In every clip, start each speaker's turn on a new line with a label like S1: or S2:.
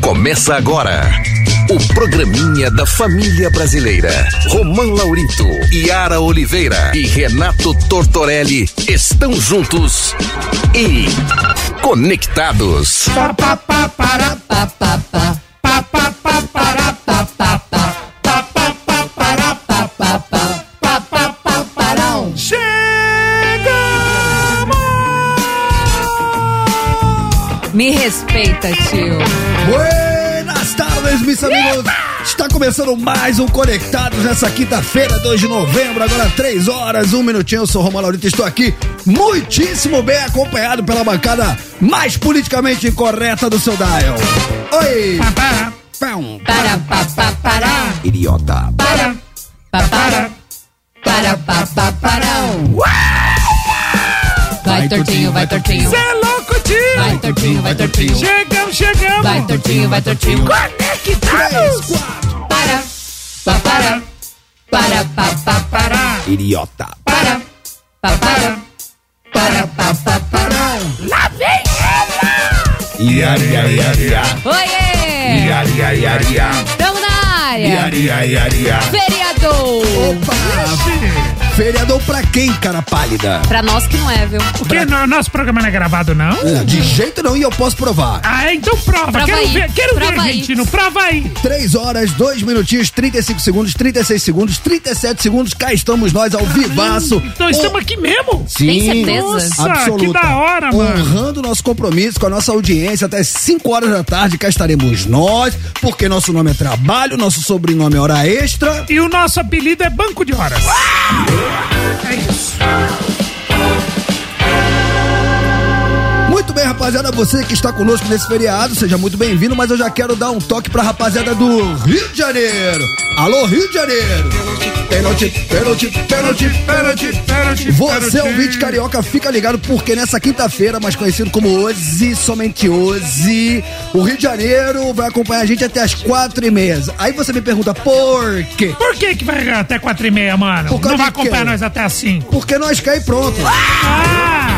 S1: Começa agora. O programinha da família brasileira. Romão Laurito, Yara Oliveira e Renato Tortorelli estão juntos e conectados.
S2: Me respeita, tio.
S3: Buenas tardes, meus amigos! Está começando mais um Conectados nessa quinta-feira, 2 de novembro, agora 3 horas, 1 minutinho. Eu sou o Romano Laurita, estou aqui muitíssimo bem acompanhado pela bancada mais politicamente correta do seu dial. Oi! Pão.
S2: Para, pa, pa, para.
S3: Idiota!
S2: Para, pa, para. Para, pa, pa, parão. Vai, tortinho, vai, tortinho.
S4: Cê é louco, tio!
S2: Vai, tortinho, vai, tortinho.
S4: Chegamos, chegamos!
S2: Vai, tortinho, vai, tortinho.
S4: Conectados!
S3: 3, 4,
S2: Para, pa, para. Para, pa, pa, para.
S3: idiota!
S2: Para, pa, para. Para, pa, pa, parão.
S3: Iari, iari, iari,
S2: Oiê!
S3: iari, iari, iari,
S2: Tamo na área.
S3: iari, iari, iari.
S2: Feriador.
S3: Opa! Feriador pra quem, cara pálida?
S2: Pra nós que não é, viu?
S4: Porque no, nosso programa não é gravado, não?
S3: Ah, De jeito não, e eu posso provar.
S4: Ah, então prova.
S2: Prova
S4: quero
S2: aí.
S4: ver, quero ver,
S2: Prova aí.
S4: argentino. Prova aí.
S3: 3 horas, 2 minutinhos, 35 segundos, 36 segundos, 37 segundos. Cá estamos nós ao vivaço.
S4: Então estamos aqui mesmo.
S3: Oh. Sim,
S2: Tem certeza?
S4: Nossa, que da hora, mano.
S3: Honrando nosso compromisso com a nossa audiência até 5 horas da tarde, cá estaremos nós, porque nosso nome é trabalho, nosso sobrenome é hora extra.
S4: E o nosso apelido é Banco de Horas. É isso.
S3: Muito bem, rapaziada, você que está conosco nesse feriado, seja muito bem-vindo, mas eu já quero dar um toque pra rapaziada do Rio de Janeiro. Alô, Rio de Janeiro! Pênalti, pênalti, pênalti, pênalti,
S4: pênalti,
S3: Você, é
S4: pênalti.
S3: ouvinte carioca, fica ligado porque nessa quinta-feira, mais conhecido como hoje, somente hoje, o Rio de Janeiro vai acompanhar a gente até as quatro e meia. Aí você me pergunta, por quê?
S4: Por que que vai até quatro e meia, mano?
S3: Por causa
S4: Não vai
S3: de quê?
S4: acompanhar nós até às cinco.
S3: Porque nós caí pronto.
S4: Ah!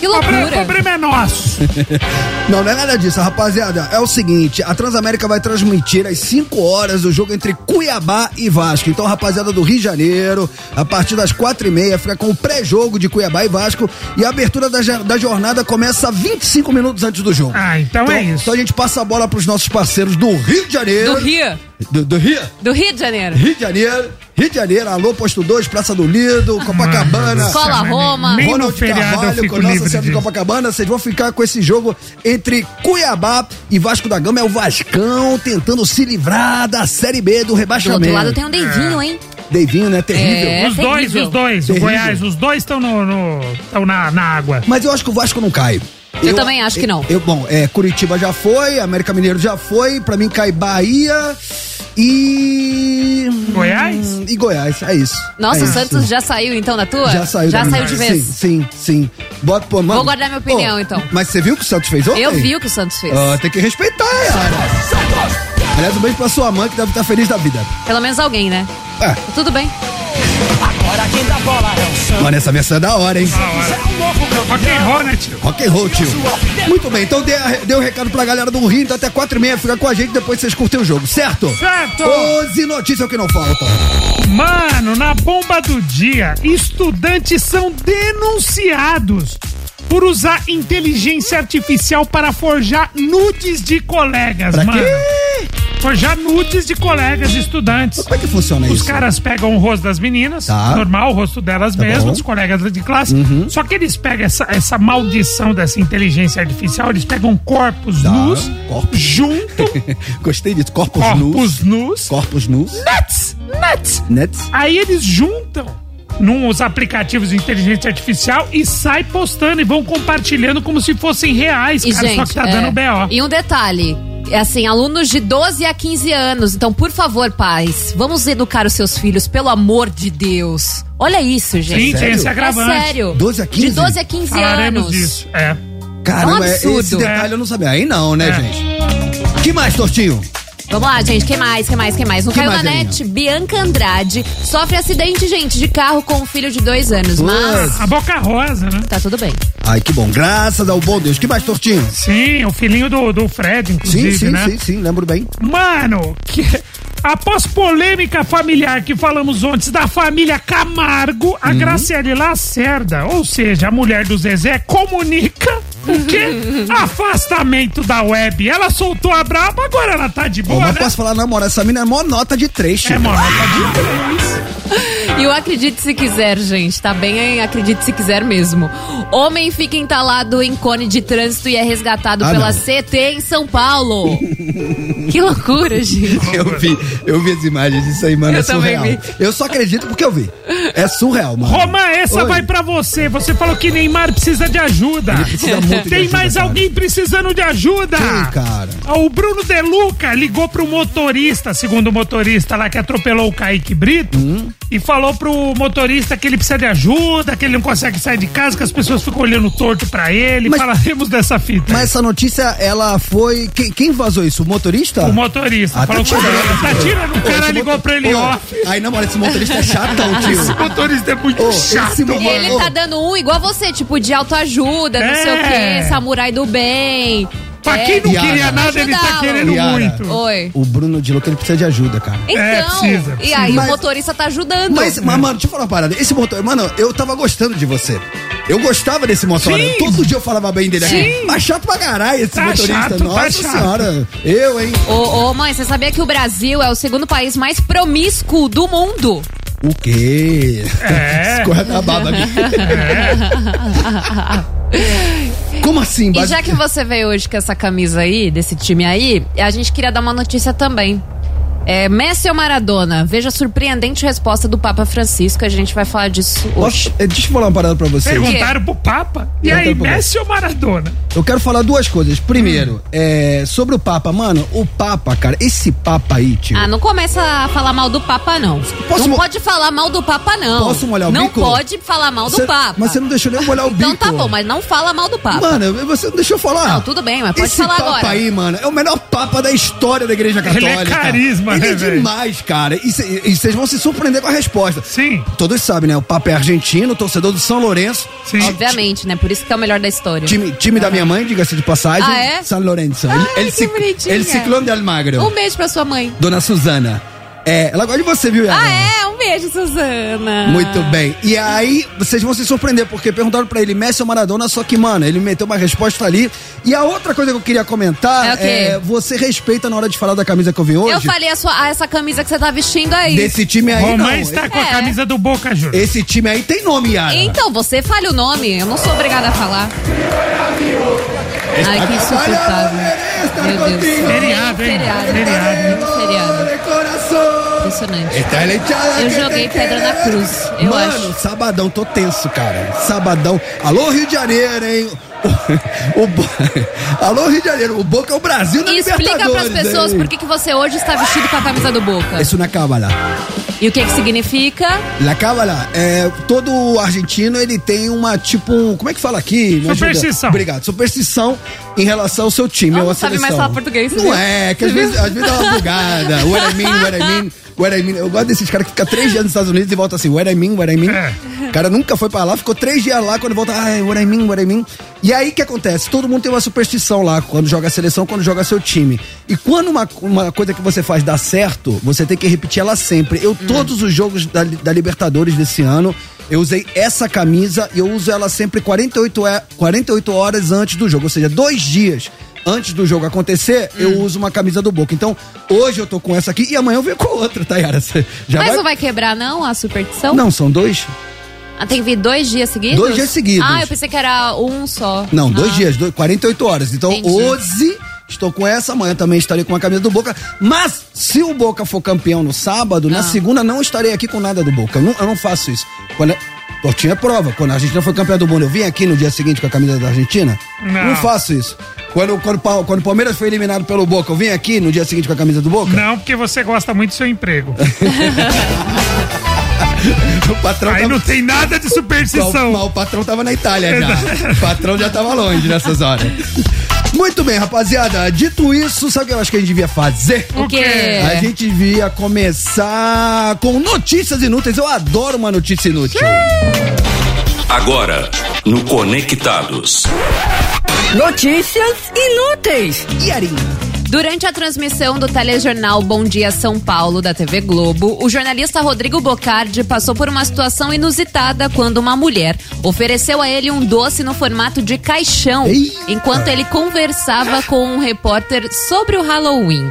S2: Que
S4: O problema- o
S2: loucura.
S4: problema é nosso.
S3: Não, não é nada disso, rapaziada. É o seguinte, a Transamérica vai transmitir às 5 horas o jogo entre Cuiabá e Vasco. Então, rapaziada do Rio de Janeiro, a partir das 4 e meia, fica com o pré-jogo de Cuiabá e Vasco. E a abertura da, ja- da jornada começa 25 minutos antes do jogo.
S4: Ah, então é isso.
S3: Então a gente passa a bola pros nossos parceiros do Rio de Janeiro.
S2: Do Rio.
S3: Do, do Rio?
S2: Do Rio de Janeiro.
S3: Rio de Janeiro. Rio de Janeiro, alô, Posto 2, Praça do Lido, Copacabana.
S2: Só Escola
S4: Mano,
S2: Roma.
S4: Hum. Nem no
S3: Ronald
S4: feriado eu
S3: Carvalho com
S4: fico
S3: Nossa
S4: livre
S3: Senhora de
S4: disso.
S3: Copacabana. Vocês vão ficar com esse jogo entre Cuiabá e Vasco da Gama. É o Vascão tentando se livrar da Série B do
S2: Do
S3: rebaixamento.
S2: outro lado tem um Deivinho, hein?
S3: Deivinho, né? Terrível.
S2: É.
S4: É. Os dois,
S2: terrível.
S4: os dois. O
S3: Terrível.
S4: Goiás, os dois estão no, no, tão na, na água.
S3: Mas eu acho que o Vasco não cai.
S2: Eu também acho que não.
S3: Eu, bom, é, Curitiba já foi, América Mineiro já foi. Pra mim cai Bahia e...
S4: Goiás?
S3: E Goiás, é isso.
S2: Nossa,
S3: é
S2: o
S3: isso.
S2: Santos já saiu então da tua?
S3: Já saiu
S2: Já
S3: da-
S2: saiu de vez.
S3: Sim, sim, sim. Bota, pô, mano.
S2: Vou guardar minha opinião,
S3: Ô,
S2: então.
S3: Mas você viu o que o Santos fez ontem?
S2: Eu vi o que o Santos fez.
S3: Ah, tem que respeitar ela. Aliás, um beijo pra sua mãe que deve estar feliz da vida.
S2: Pelo menos alguém, né?
S3: É,
S2: Tudo bem.
S3: mano, essa versão é da hora, hein?
S4: Da hora. Rock and roll, né, tio?
S3: Rock and roll, tio. Muito bem, então dê, a- dê um recado pra galera do Rio, então até quatro e meia fica com a gente, depois vocês curtem o jogo, certo?
S4: Certo.
S3: 11 notícias que não faltam.
S4: Mano, na bomba do dia, estudantes são denunciados por usar inteligência artificial para forjar nudes de colegas,
S3: Pra
S4: mano.
S3: quê?
S4: Forjar nudes de colegas estudantes.
S3: Como é que funciona
S4: Os
S3: isso?
S4: caras pegam o rosto das meninas,
S3: Tá.
S4: normal, o rosto delas
S3: Tá
S4: mesmas,
S3: bom. Uhum.
S4: os colegas de classe. Só que eles pegam essa, essa maldição dessa inteligência artificial, eles pegam corpos
S3: Tá,
S4: nus,
S3: corpos.
S4: junto,
S3: Gostei disso. Corpos, nus.
S4: corpos nus,
S3: Corpos nus.
S4: nuts, nuts.
S3: Nets.
S4: Aí eles juntam nos aplicativos de inteligência artificial e sai postando e vão compartilhando como se fossem reais,
S2: E,
S4: cara,
S2: gente,
S4: só que tá
S2: é,
S4: dando B.O.
S2: E um detalhe. é Assim, alunos de 12 a 15 anos. Então, por favor, pais, vamos educar os seus filhos, pelo amor de Deus. Olha isso,
S4: Sim,
S2: gente.
S4: tem
S3: sério?
S4: esse
S2: é
S4: agravante.
S2: sério.
S3: 12 a 15?
S2: De 12 a 15
S4: Falaremos
S2: anos.
S4: disso. É.
S3: Caramba,
S2: É um absurdo.
S3: esse detalhe eu não sabia. Aí não, né,
S4: É.
S3: gente? que mais, Tortinho?
S2: Vamos lá, gente. Quem mais? Quem mais? Quem mais? Não
S3: Quem
S2: caiu na
S3: mais,
S2: net. Bianca Andrade sofre acidente, gente, de carro com um filho de dois anos. Mas
S4: A boca rosa, né?
S2: tá tudo bem.
S3: Ai, que bom. Graças ao bom Deus. Que mais, Tortinho?
S4: Sim, o filhinho do, do Fred,
S3: Sim,
S4: inclusive,
S3: sim,
S4: né?
S3: sim, sim, lembro bem.
S4: Mano, que... após polêmica familiar que falamos ontem da família Camargo,
S3: Uhum.
S4: a Graciele Lacerda, ou seja, a mulher do Zezé, comunica o quê? Afastamento da web. Ela soltou a braba, agora ela tá de
S3: Bom,
S4: boa,
S3: mas
S4: né?
S3: posso falar, na moral, essa mina é mó nota de três,
S4: É,
S3: Chico.
S4: mano, tá de três.
S2: E o Acredite Se Quiser, gente, tá bem hein? Acredite Se Quiser mesmo. Homem fica entalado em cone de trânsito e é resgatado
S3: Ah,
S2: pela
S3: não.
S2: CT em São Paulo. que loucura, gente.
S3: Eu vi, eu vi as imagens disso aí, mano.
S2: Eu
S3: é surreal.
S2: também
S3: Eu só acredito porque eu vi. É surreal, mano.
S4: Roma, essa
S3: Oi.
S4: vai pra você. Você falou que Neymar precisa de ajuda.
S3: precisa muito de
S4: Tem
S3: ajuda,
S4: mais
S3: cara.
S4: alguém precisando de ajuda?
S3: Quem, cara?
S4: Ah, O Bruno De Luca ligou pro motorista, segundo o motorista lá que atropelou o Kaique Brito, e falou pro motorista que ele precisa de ajuda, que ele não consegue sair de casa, que as pessoas ficam olhando torto pra ele.
S3: Mas-
S4: Falaremos dessa fita.
S3: Mas essa notícia, ela foi. Quem, quem vazou isso? O motorista?
S4: O motorista
S3: Ah,
S4: falou
S3: tá
S4: com
S3: tirando,
S4: ele. Tá
S3: pô.
S4: tirando. O
S3: Pô,
S4: cara
S3: esse
S4: ligou
S3: motor-
S4: pra ele,
S3: Pô,
S4: ó.
S3: Aí, na moral, esse motorista é chatão,
S4: Esse
S3: tio.
S4: motorista é muito
S3: Ô, esse
S4: chato.
S3: mo-
S2: E ele tá dando um igual a você, tipo, de autoajuda, não sei o
S4: É.
S2: quê, samurai do bem.
S4: Pra
S2: É.
S4: quem não
S3: Yara.
S4: queria nada, ele tá
S2: Ajudá-lo.
S4: querendo
S3: Yara.
S4: muito.
S2: Oi.
S3: O Bruno de Luca, ele precisa de ajuda, cara.
S2: Então,
S4: É, precisa,
S2: e
S4: precisa.
S2: aí
S3: Mas-
S2: o motorista tá ajudando.
S3: Mas, mas, mano, deixa eu falar uma parada. Esse motor, mano, eu tava gostando de você. Eu gostava desse motor.
S4: Sim.
S3: Todo dia eu falava bem dele.
S4: Sim.
S3: Mas chato pra caralho esse
S4: Tá
S3: motorista.
S4: chato, tá
S3: Nossa
S4: chato.
S3: senhora. Eu, hein?
S2: Ô, ô, mãe, você sabia que o Brasil é o segundo país mais promíscuo do mundo?
S3: O quê?
S4: É.
S3: Escorra da baba aqui.
S4: É.
S3: Como assim,
S2: E
S3: base-
S2: já que você veio hoje com essa camisa aí, desse time aí, a gente queria dar uma notícia também. É, Messi ou Maradona? Veja a surpreendente resposta do Papa Francisco. A gente vai falar disso hoje.
S3: Posso- eh, Deixa eu falar uma parada pra vocês.
S4: Perguntaram pro Papa. E aí,
S3: Perguntaram pro
S4: Messi ou Maradona?
S3: Eu quero falar duas coisas.
S2: Hum.
S3: Primeiro, é, sobre o Papa. Mano, o Papa, cara, esse Papa aí, tio.
S2: Ah, não começa a falar mal do Papa, não.
S3: Posso
S2: não
S3: mo-
S2: pode falar mal do Papa, não.
S3: Posso molhar o
S2: não
S3: bico?
S2: Não pode falar mal do
S3: Cê-
S2: Papa.
S3: Mas você não deixou nem eu molhar o bico.
S2: Então tá bom, mas não fala mal do Papa.
S3: Mano, eu- você não deixou eu falar.
S2: Não, tudo bem, mas pode
S3: Esse
S2: falar
S3: papa
S2: agora.
S3: aí, mano, é o melhor papa da história da Igreja
S4: Ele
S3: Católica.
S4: é carisma,
S3: Ele
S4: né,
S3: é
S4: velho?
S3: demais, cara. E cê- E vocês vão se surpreender com a resposta.
S4: Sim.
S3: Todos sabem, né? O Papa é argentino, torcedor do São Lourenço.
S4: Sim.
S2: Obviamente, né? Por isso que é o melhor da história.
S3: Time, time da minha mãe, diga-se de passagem.
S2: Ah, é?
S3: São Lourenço.
S2: Ai,
S3: Ele- ele
S2: que
S3: cic-
S2: bonitinha.
S3: ele ciclone de Almagro.
S2: Um beijo pra sua mãe.
S3: Dona Suzana. É, ela gosta de você, viu, Yara?
S2: Ah, é? Um beijo, Suzana.
S3: Muito bem. E aí, vocês vão se surpreender, porque perguntaram pra ele Messi ou Maradona, só que, mano, ele meteu uma resposta ali. E a outra coisa que eu queria
S2: É o
S3: comentar
S2: quê?
S3: é, você respeita na hora de falar da camisa que eu vi hoje?
S2: Eu falei a sua, ah, essa camisa que você tá vestindo aí.
S3: Desse time aí, não.
S4: Romã está tá com a
S2: É.
S4: camisa do Boca Juniors.
S3: Esse time aí tem nome, Yara.
S2: Então, você fale o nome. Eu não sou obrigada a falar. Ai, que
S3: Olha,
S2: insuportável.
S3: mulher, estar
S2: Meu Deus.
S3: contigo.
S4: Feriado, hein?
S2: Feriado.
S4: Feriado.
S2: Feriado.
S3: De coração.
S2: Impressionante.
S3: Está a hinchada
S2: Eu
S3: que
S2: joguei
S3: te
S2: pedra na
S3: quer.
S2: cruz, eu
S3: Mano,
S2: acho.
S3: sabadão, tô tenso, cara. Sabadão. Alô, Rio de Janeiro, hein? O, o Bo- Alô, Rio de Janeiro. O Boca é o Brasil na
S2: E explica
S3: Libertadores.
S2: pras pessoas
S3: hein?
S2: por que que você hoje está vestido com a camisa do Boca.
S3: Isso é na Cábala.
S2: E o que que significa?
S3: Na Cábala, é, todo argentino ele tem uma, tipo, um- como é que fala aqui? Me ajuda.
S4: Superstição.
S3: Obrigado. Superstição em relação ao seu time ou
S2: Ah,
S3: à
S2: não sabe
S3: seleção.
S2: mais falar português, né?
S3: Não
S2: viu?
S3: é, que às vezes, às vezes dá uma bugada. What I mean, what I mean, what I mean. Eu gosto desses caras que ficam três dias nos Estados Unidos e volta assim, what I mean, what I mean.
S4: É.
S3: O cara nunca foi pra lá, ficou três dias lá, quando volta, ai, what I mean, what I mean. E aí o que acontece? Todo mundo tem uma superstição lá, quando joga a seleção, quando joga seu time. E quando uma, uma coisa que você faz dá certo, você tem que repetir ela sempre. Eu, todos os jogos da, da Libertadores desse ano, eu usei essa camisa e eu uso ela sempre 48, é- 48 horas antes do jogo, ou seja, dois dias. Antes do jogo acontecer,
S4: Hum.
S3: eu uso uma camisa do Boca. Então, hoje eu tô com essa aqui e amanhã eu venho com outra, Tayara. Você Já
S2: Mas não vai quebrar, não, a superstição?
S3: Não, são dois?
S2: Ah, tem que vir dois dias seguidos?
S3: Dois dias seguidos.
S2: Ah, eu pensei que era um só.
S3: Não, dois
S2: Ah.
S3: dias, dois, 48 horas. Então,
S2: Entendi.
S3: hoje estou com essa, amanhã também estarei com a camisa do Boca. Mas, se o Boca for campeão no sábado, na
S2: Ah.
S3: segunda não estarei aqui com nada do Boca. Eu não, eu não faço isso. Quando é- Tortinha é prova. Quando a Argentina foi campeã do mundo, eu vim aqui no dia seguinte com a camisa da Argentina?
S4: Não.
S3: faço isso. Quando, quando, Pa- quando o Palmeiras foi eliminado pelo Boca, eu vim aqui no dia seguinte com a camisa do Boca?
S4: Não, porque você gosta muito do seu emprego.
S3: O patrão
S4: Aí
S3: tá-
S4: não tem nada de
S3: Mas o- mas
S4: superstição.
S3: o patrão tava na Itália já. O patrão já tava longe nessas horas. Muito bem, rapaziada. Dito isso, sabe o que eu acho que a gente devia fazer?
S2: O quê?
S3: A gente devia começar com notícias inúteis. Eu adoro uma notícia inútil.
S5: Agora, no Conectados.
S6: Notícias inúteis.
S3: Yarim.
S2: Durante a transmissão do telejornal Bom Dia São Paulo da TV Globo, o jornalista Rodrigo Bocardi passou por uma situação inusitada quando uma mulher ofereceu a ele um doce no formato de caixão,
S3: Eita.
S2: enquanto ele conversava com um repórter sobre o Halloween.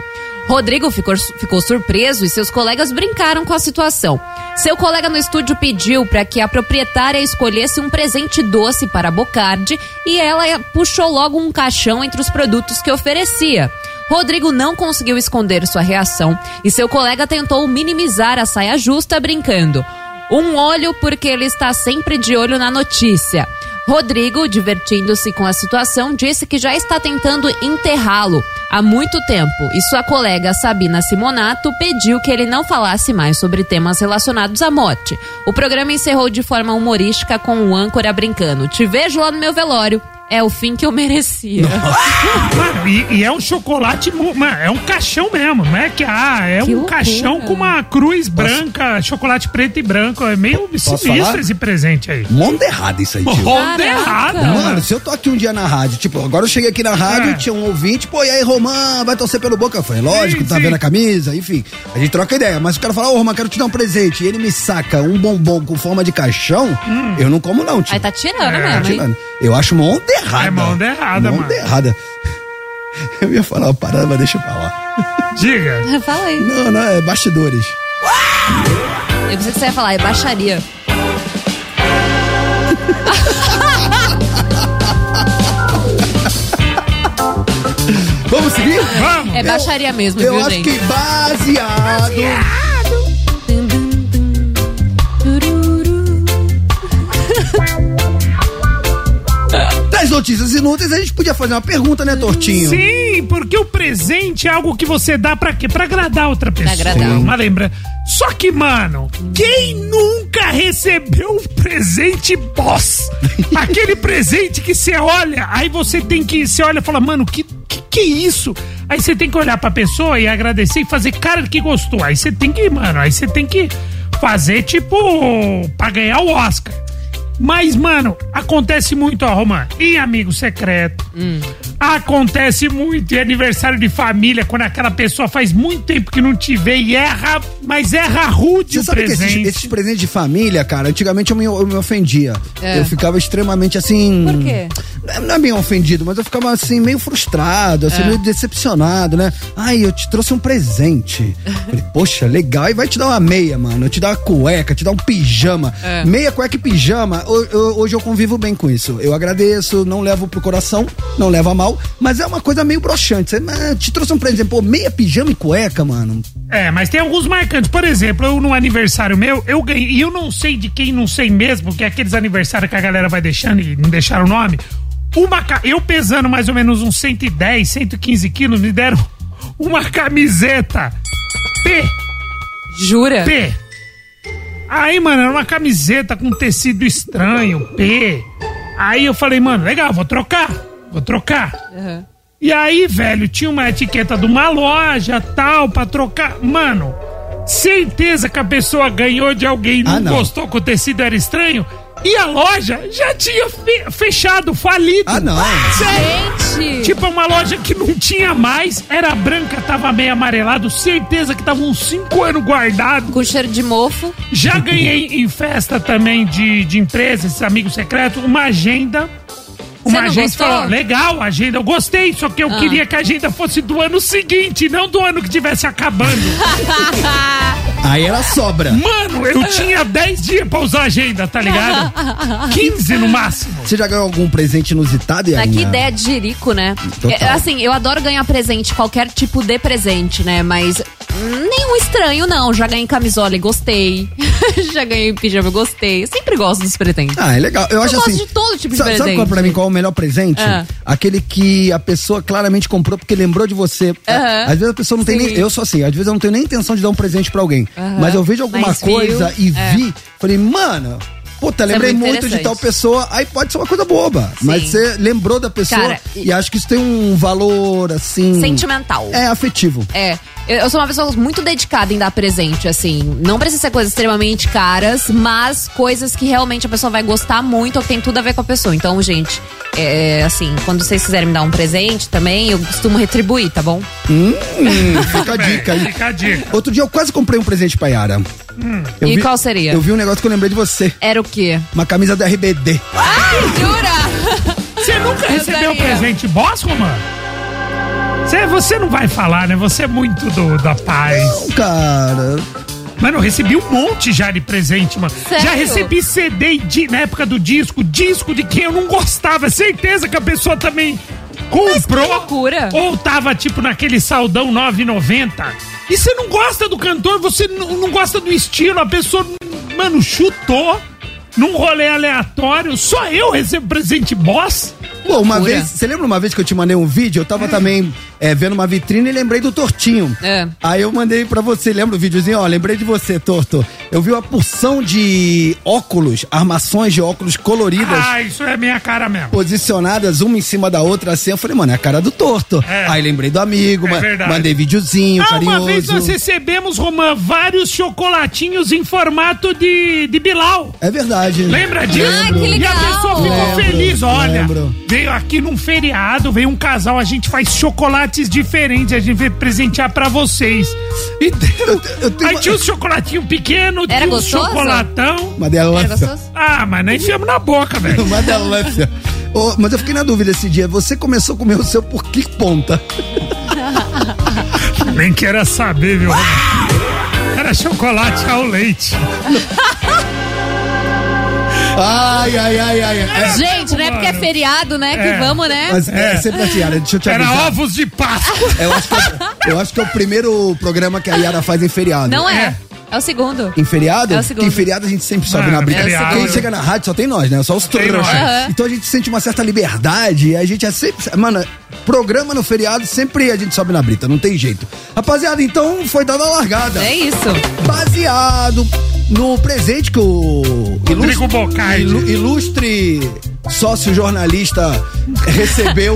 S2: Rodrigo ficou, ficou surpreso e seus colegas brincaram com a situação. Seu colega no estúdio pediu para que a proprietária escolhesse um presente doce para Bocardi e ela puxou logo um caixão entre os produtos que oferecia. Rodrigo não conseguiu esconder sua reação e seu colega tentou minimizar a saia justa brincando. Um olho porque ele está sempre de olho na notícia. Rodrigo, divertindo-se com a situação, disse que já está tentando enterrá-lo há muito tempo e sua colega Sabina Simonato pediu que ele não falasse mais sobre temas relacionados à morte. O programa encerrou de forma humorística com o âncora brincando: Te vejo lá no meu velório. É o fim que eu merecia.
S4: Mano, e, e é um chocolate. mu- Mano, é um caixão mesmo, não é que. Ah, é
S2: Que
S4: um
S2: loucura.
S4: caixão com uma cruz branca, chocolate preto e branco. É meio sinistro
S3: falar?
S4: esse presente aí.
S3: Monda errada isso aí, tio.
S4: Onda errada,
S3: Mano, se eu tô aqui um dia na rádio, tipo, agora eu cheguei aqui na rádio,
S4: É.
S3: tinha um ouvinte, pô, e aí, Romã, vai torcer pelo Boca? Eu falei, lógico,
S4: Sim,
S3: tá
S4: sim.
S3: vendo a camisa, enfim. A gente troca ideia, mas o cara fala, ô, Romã, quero te dar um presente. E ele me saca um bombom com forma de caixão, eu não como não, tio.
S2: Aí tá tirando
S4: Hum. É,
S2: mesmo, hein?
S3: Tirando. Eu acho uma onda errada.
S4: É uma onda errada,
S3: Uma
S4: mano.
S3: onda errada. Eu ia falar uma parada, mas deixa eu falar.
S4: Diga.
S2: Fala aí.
S3: Não, não, é bastidores.
S2: Eu pensei que você ia falar, é baixaria.
S3: Vamos seguir?
S4: Vamos.
S2: É baixaria mesmo,
S3: Eu
S2: viu,
S3: acho
S2: gente?
S3: que baseado.
S2: Dum, dum, dum. Tururu.
S3: Das notícias inúteis, a gente podia fazer uma pergunta, né, Tortinho?
S4: Sim, porque o presente é algo que você dá pra quê? Pra agradar outra pessoa.
S2: agradar.
S4: Uma lembra. Só que, mano, quem nunca recebeu um presente boss? Aquele presente que você olha, aí você tem que. Você olha e fala, mano, que que, que é isso? Aí você tem que olhar pra pessoa e agradecer e fazer cara que gostou. Aí você tem que, mano, aí você tem que fazer tipo. pra ganhar o Oscar. Mas, mano, acontece muito, ó, Romã, em amigo secreto. Acontece muito em aniversário de família, quando aquela pessoa faz muito tempo que não te vê e erra, mas erra rude
S3: Você
S4: o
S3: sabe que esses,
S4: presente.
S3: esses presentes de família, cara, antigamente eu me, eu me ofendia.
S2: É.
S3: Eu ficava extremamente assim.
S2: Por quê?
S3: Não- Não é meio ofendido, mas eu ficava assim, meio frustrado, assim, meio decepcionado, né? Ai, eu te trouxe um presente. Falei, poxa, legal. E vai te dar uma meia, mano. Eu te dar uma cueca, te dar um pijama.
S2: É.
S3: Meia, cueca e pijama, ho- ho- hoje eu convivo bem com isso. Eu agradeço, não levo pro coração, não levo a mal, mas é uma coisa meio broxante. Você, "Ah, te trouxe um presente, pô, meia, pijama e cueca, mano.
S4: É, mas tem alguns marcantes. Por exemplo, eu no aniversário meu, eu ganhei. E eu não sei de quem, não sei mesmo, que é aqueles aniversários que a galera vai deixando e não deixaram o nome. Uma, ca- eu pesando mais ou menos uns 110, 115 quilos, me deram uma camiseta P.
S2: Jura?
S4: P. Aí, mano, era uma camiseta com tecido estranho, P. Aí eu falei, mano, legal, vou trocar. Vou trocar.
S2: Aham.
S4: E aí, velho, tinha uma etiqueta de uma loja tal pra trocar. Mano, certeza que a pessoa ganhou de alguém e não,
S3: Ah, não.
S4: gostou que o tecido era estranho. E a loja já tinha fe- fechado, falido.
S3: Ah, não.
S2: Gente!
S4: Tipo, uma loja que não tinha mais, era branca, tava meio amarelado, certeza que tava uns 5 anos guardado.
S2: Com cheiro de mofo.
S4: Já ganhei em festa também de, de empresa, esses amigos secretos, uma agenda. Uma
S2: não
S4: agenda
S2: gostou?
S4: falou, legal, a agenda, eu gostei, só que eu
S2: Ah.
S4: queria que a agenda fosse do ano seguinte, não do ano que tivesse acabando.
S3: Aí ela sobra.
S4: Mano, eu tinha 10 dias pra usar a agenda, tá ligado? 15 no máximo.
S3: Você já ganhou algum presente inusitado,
S2: Tá,
S3: Yarinha?
S2: que ideia de jirico, né?
S3: Total.
S2: É, assim, eu adoro ganhar presente, qualquer tipo de presente, né? Mas hum, nenhum estranho, não. Já ganhei camisola e gostei. Já ganhei pijama e gostei. Eu sempre gosto dos presentes.
S3: Ah, é legal. Eu, acho
S2: gosto
S3: assim.
S2: de todo tipo de
S3: sabe, Sabe qual,
S2: presente.
S3: pra mim qual é o melhor presente?
S2: Ah.
S3: Aquele que a pessoa claramente comprou porque lembrou de você.
S2: Aham.
S3: Às vezes a pessoa não tem
S2: Sim.
S3: nem. Eu sou assim, às vezes eu não tenho nem intenção de dar um presente pra alguém.
S2: Aham.
S3: Mas eu vejo alguma
S2: Mas viu,
S3: coisa e
S2: é.
S3: vi, falei, mano. puta,
S2: Isso é
S3: lembrei
S2: muito
S3: muito, de
S2: interessante.
S3: tal pessoa. Aí pode ser uma coisa boba,
S2: Sim.
S3: mas você lembrou da pessoa
S2: Cara,
S3: e... acho que isso tem um valor, assim...
S2: Sentimental.
S3: É, afetivo.
S2: É. Eu eu sou uma pessoa muito dedicada em dar presente, assim. Não precisa ser coisas extremamente caras, mas coisas que realmente a pessoa vai gostar muito ou que tem tudo a ver com a pessoa. Então, gente, é, assim, quando vocês quiserem me dar um presente também, eu costumo retribuir, tá bom?
S3: Hum, fica a dica aí.
S4: Fica a dica.
S3: Outro dia eu quase comprei um presente pra Yara. Eu
S2: E
S3: vi-
S2: qual seria?
S3: Eu vi um negócio que eu lembrei de você.
S2: Era o quê?
S3: Uma camisa da RBD.
S2: Ai, jura?
S4: Você nunca
S2: Eu
S4: recebeu
S2: daria.
S4: presente Bosco, mano? Você, você não vai falar, né? Você é muito do, da paz.
S3: Cara,
S4: Mano, eu recebi um monte já de presente, mano.
S2: Sério?
S4: Já recebi CD de, na época do disco, disco de quem eu não gostava. Certeza que a pessoa também comprou.
S2: que loucura.
S4: Ou tava, tipo, naquele saldão 9,90. E você não gosta do cantor, você não não gosta do estilo, a pessoa, mano, chutou num rolê aleatório. Só eu recebo presente boss.
S3: Pô, uma
S2: Loucura.
S3: vez, você lembra uma vez que eu te mandei um vídeo? Eu tava também é, vendo uma vitrine e lembrei do Tortinho.
S2: É.
S3: Aí eu mandei pra você, lembra o videozinho? Ó, lembrei de você, Torto. Eu vi uma porção de óculos, armações de óculos coloridas.
S4: Ah, isso é minha cara mesmo.
S3: Posicionadas uma em cima da outra, assim, eu falei, mano, é a cara do torto.
S4: É.
S3: Aí lembrei do amigo,
S4: É
S3: ma-
S4: verdade.
S3: mandei videozinho,
S4: Ah,
S3: carinhoso.
S4: uma vez nós recebemos, Romã, vários chocolatinhos em formato de, de Bilal.
S3: É verdade.
S4: Lembra disso?
S2: Ai, que legal.
S4: E a pessoa ficou
S3: Lembro,
S4: feliz, olha.
S3: lembro.
S4: Veio aqui num feriado, veio um casal, a gente faz chocolates diferentes, a gente veio presentear pra vocês. E deu.
S3: eu tenho
S4: Aí
S3: uma-
S4: tinha um chocolatinho pequeno,
S2: Era
S4: tinha um
S2: gostoso?
S4: chocolatão.
S3: Uma
S2: Era
S3: delância.
S2: gostoso?
S4: Ah, mas nem enfiamos na boca, velho.
S3: Uma delância. Ô, mas eu fiquei na dúvida esse dia. Você começou a comer o seu por que ponta?
S4: Nem queira saber, viu? Era chocolate ao leite.
S3: Ai, ai, ai, ai. ai. É,
S2: Gente, não é porque é feriado, né?
S4: É.
S2: Que vamos, né?
S3: Mas é, sempre a Yara, deixa eu te
S4: Era
S3: avisar.
S4: ovos de Páscoa.
S3: Eu acho, que, é- eu acho que é o primeiro programa que a Yara faz em feriado.
S2: Não é.
S4: É.
S2: É o segundo.
S3: Em feriado?
S2: É o segundo.
S3: Em feriado a gente sempre sobe
S4: Ah,
S3: na briga.
S4: feriado.
S3: Quem chega na rádio só tem nós, né? Só os
S4: Tem
S3: trouxas.
S4: nós.
S2: Aham.
S3: Então a gente sente uma certa liberdade. A gente é sempre. Mano, programa no feriado sempre a gente sobe na brita, não tem jeito. Rapaziada, então foi dada a largada.
S2: É isso.
S3: Baseado no presente que o.
S4: Rodrigo Bocardi.
S3: ilu- ilustre sócio jornalista recebeu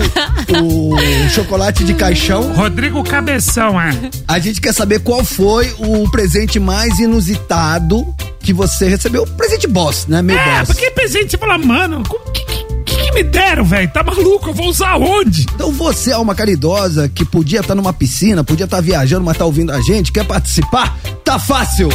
S3: o chocolate de caixão.
S4: Rodrigo Cabeção, é.
S3: A gente quer saber qual foi o presente mais inusitado que você recebeu. Presente boss, né? Meio
S4: É,
S3: boss.
S4: porque presente você fala, mano, o que, que- que me deram, velho? Tá maluco? Eu vou usar onde?
S3: Então você, alma caridosa, que podia estar numa piscina, podia estar viajando, mas tá ouvindo a gente, quer participar? Tá fácil!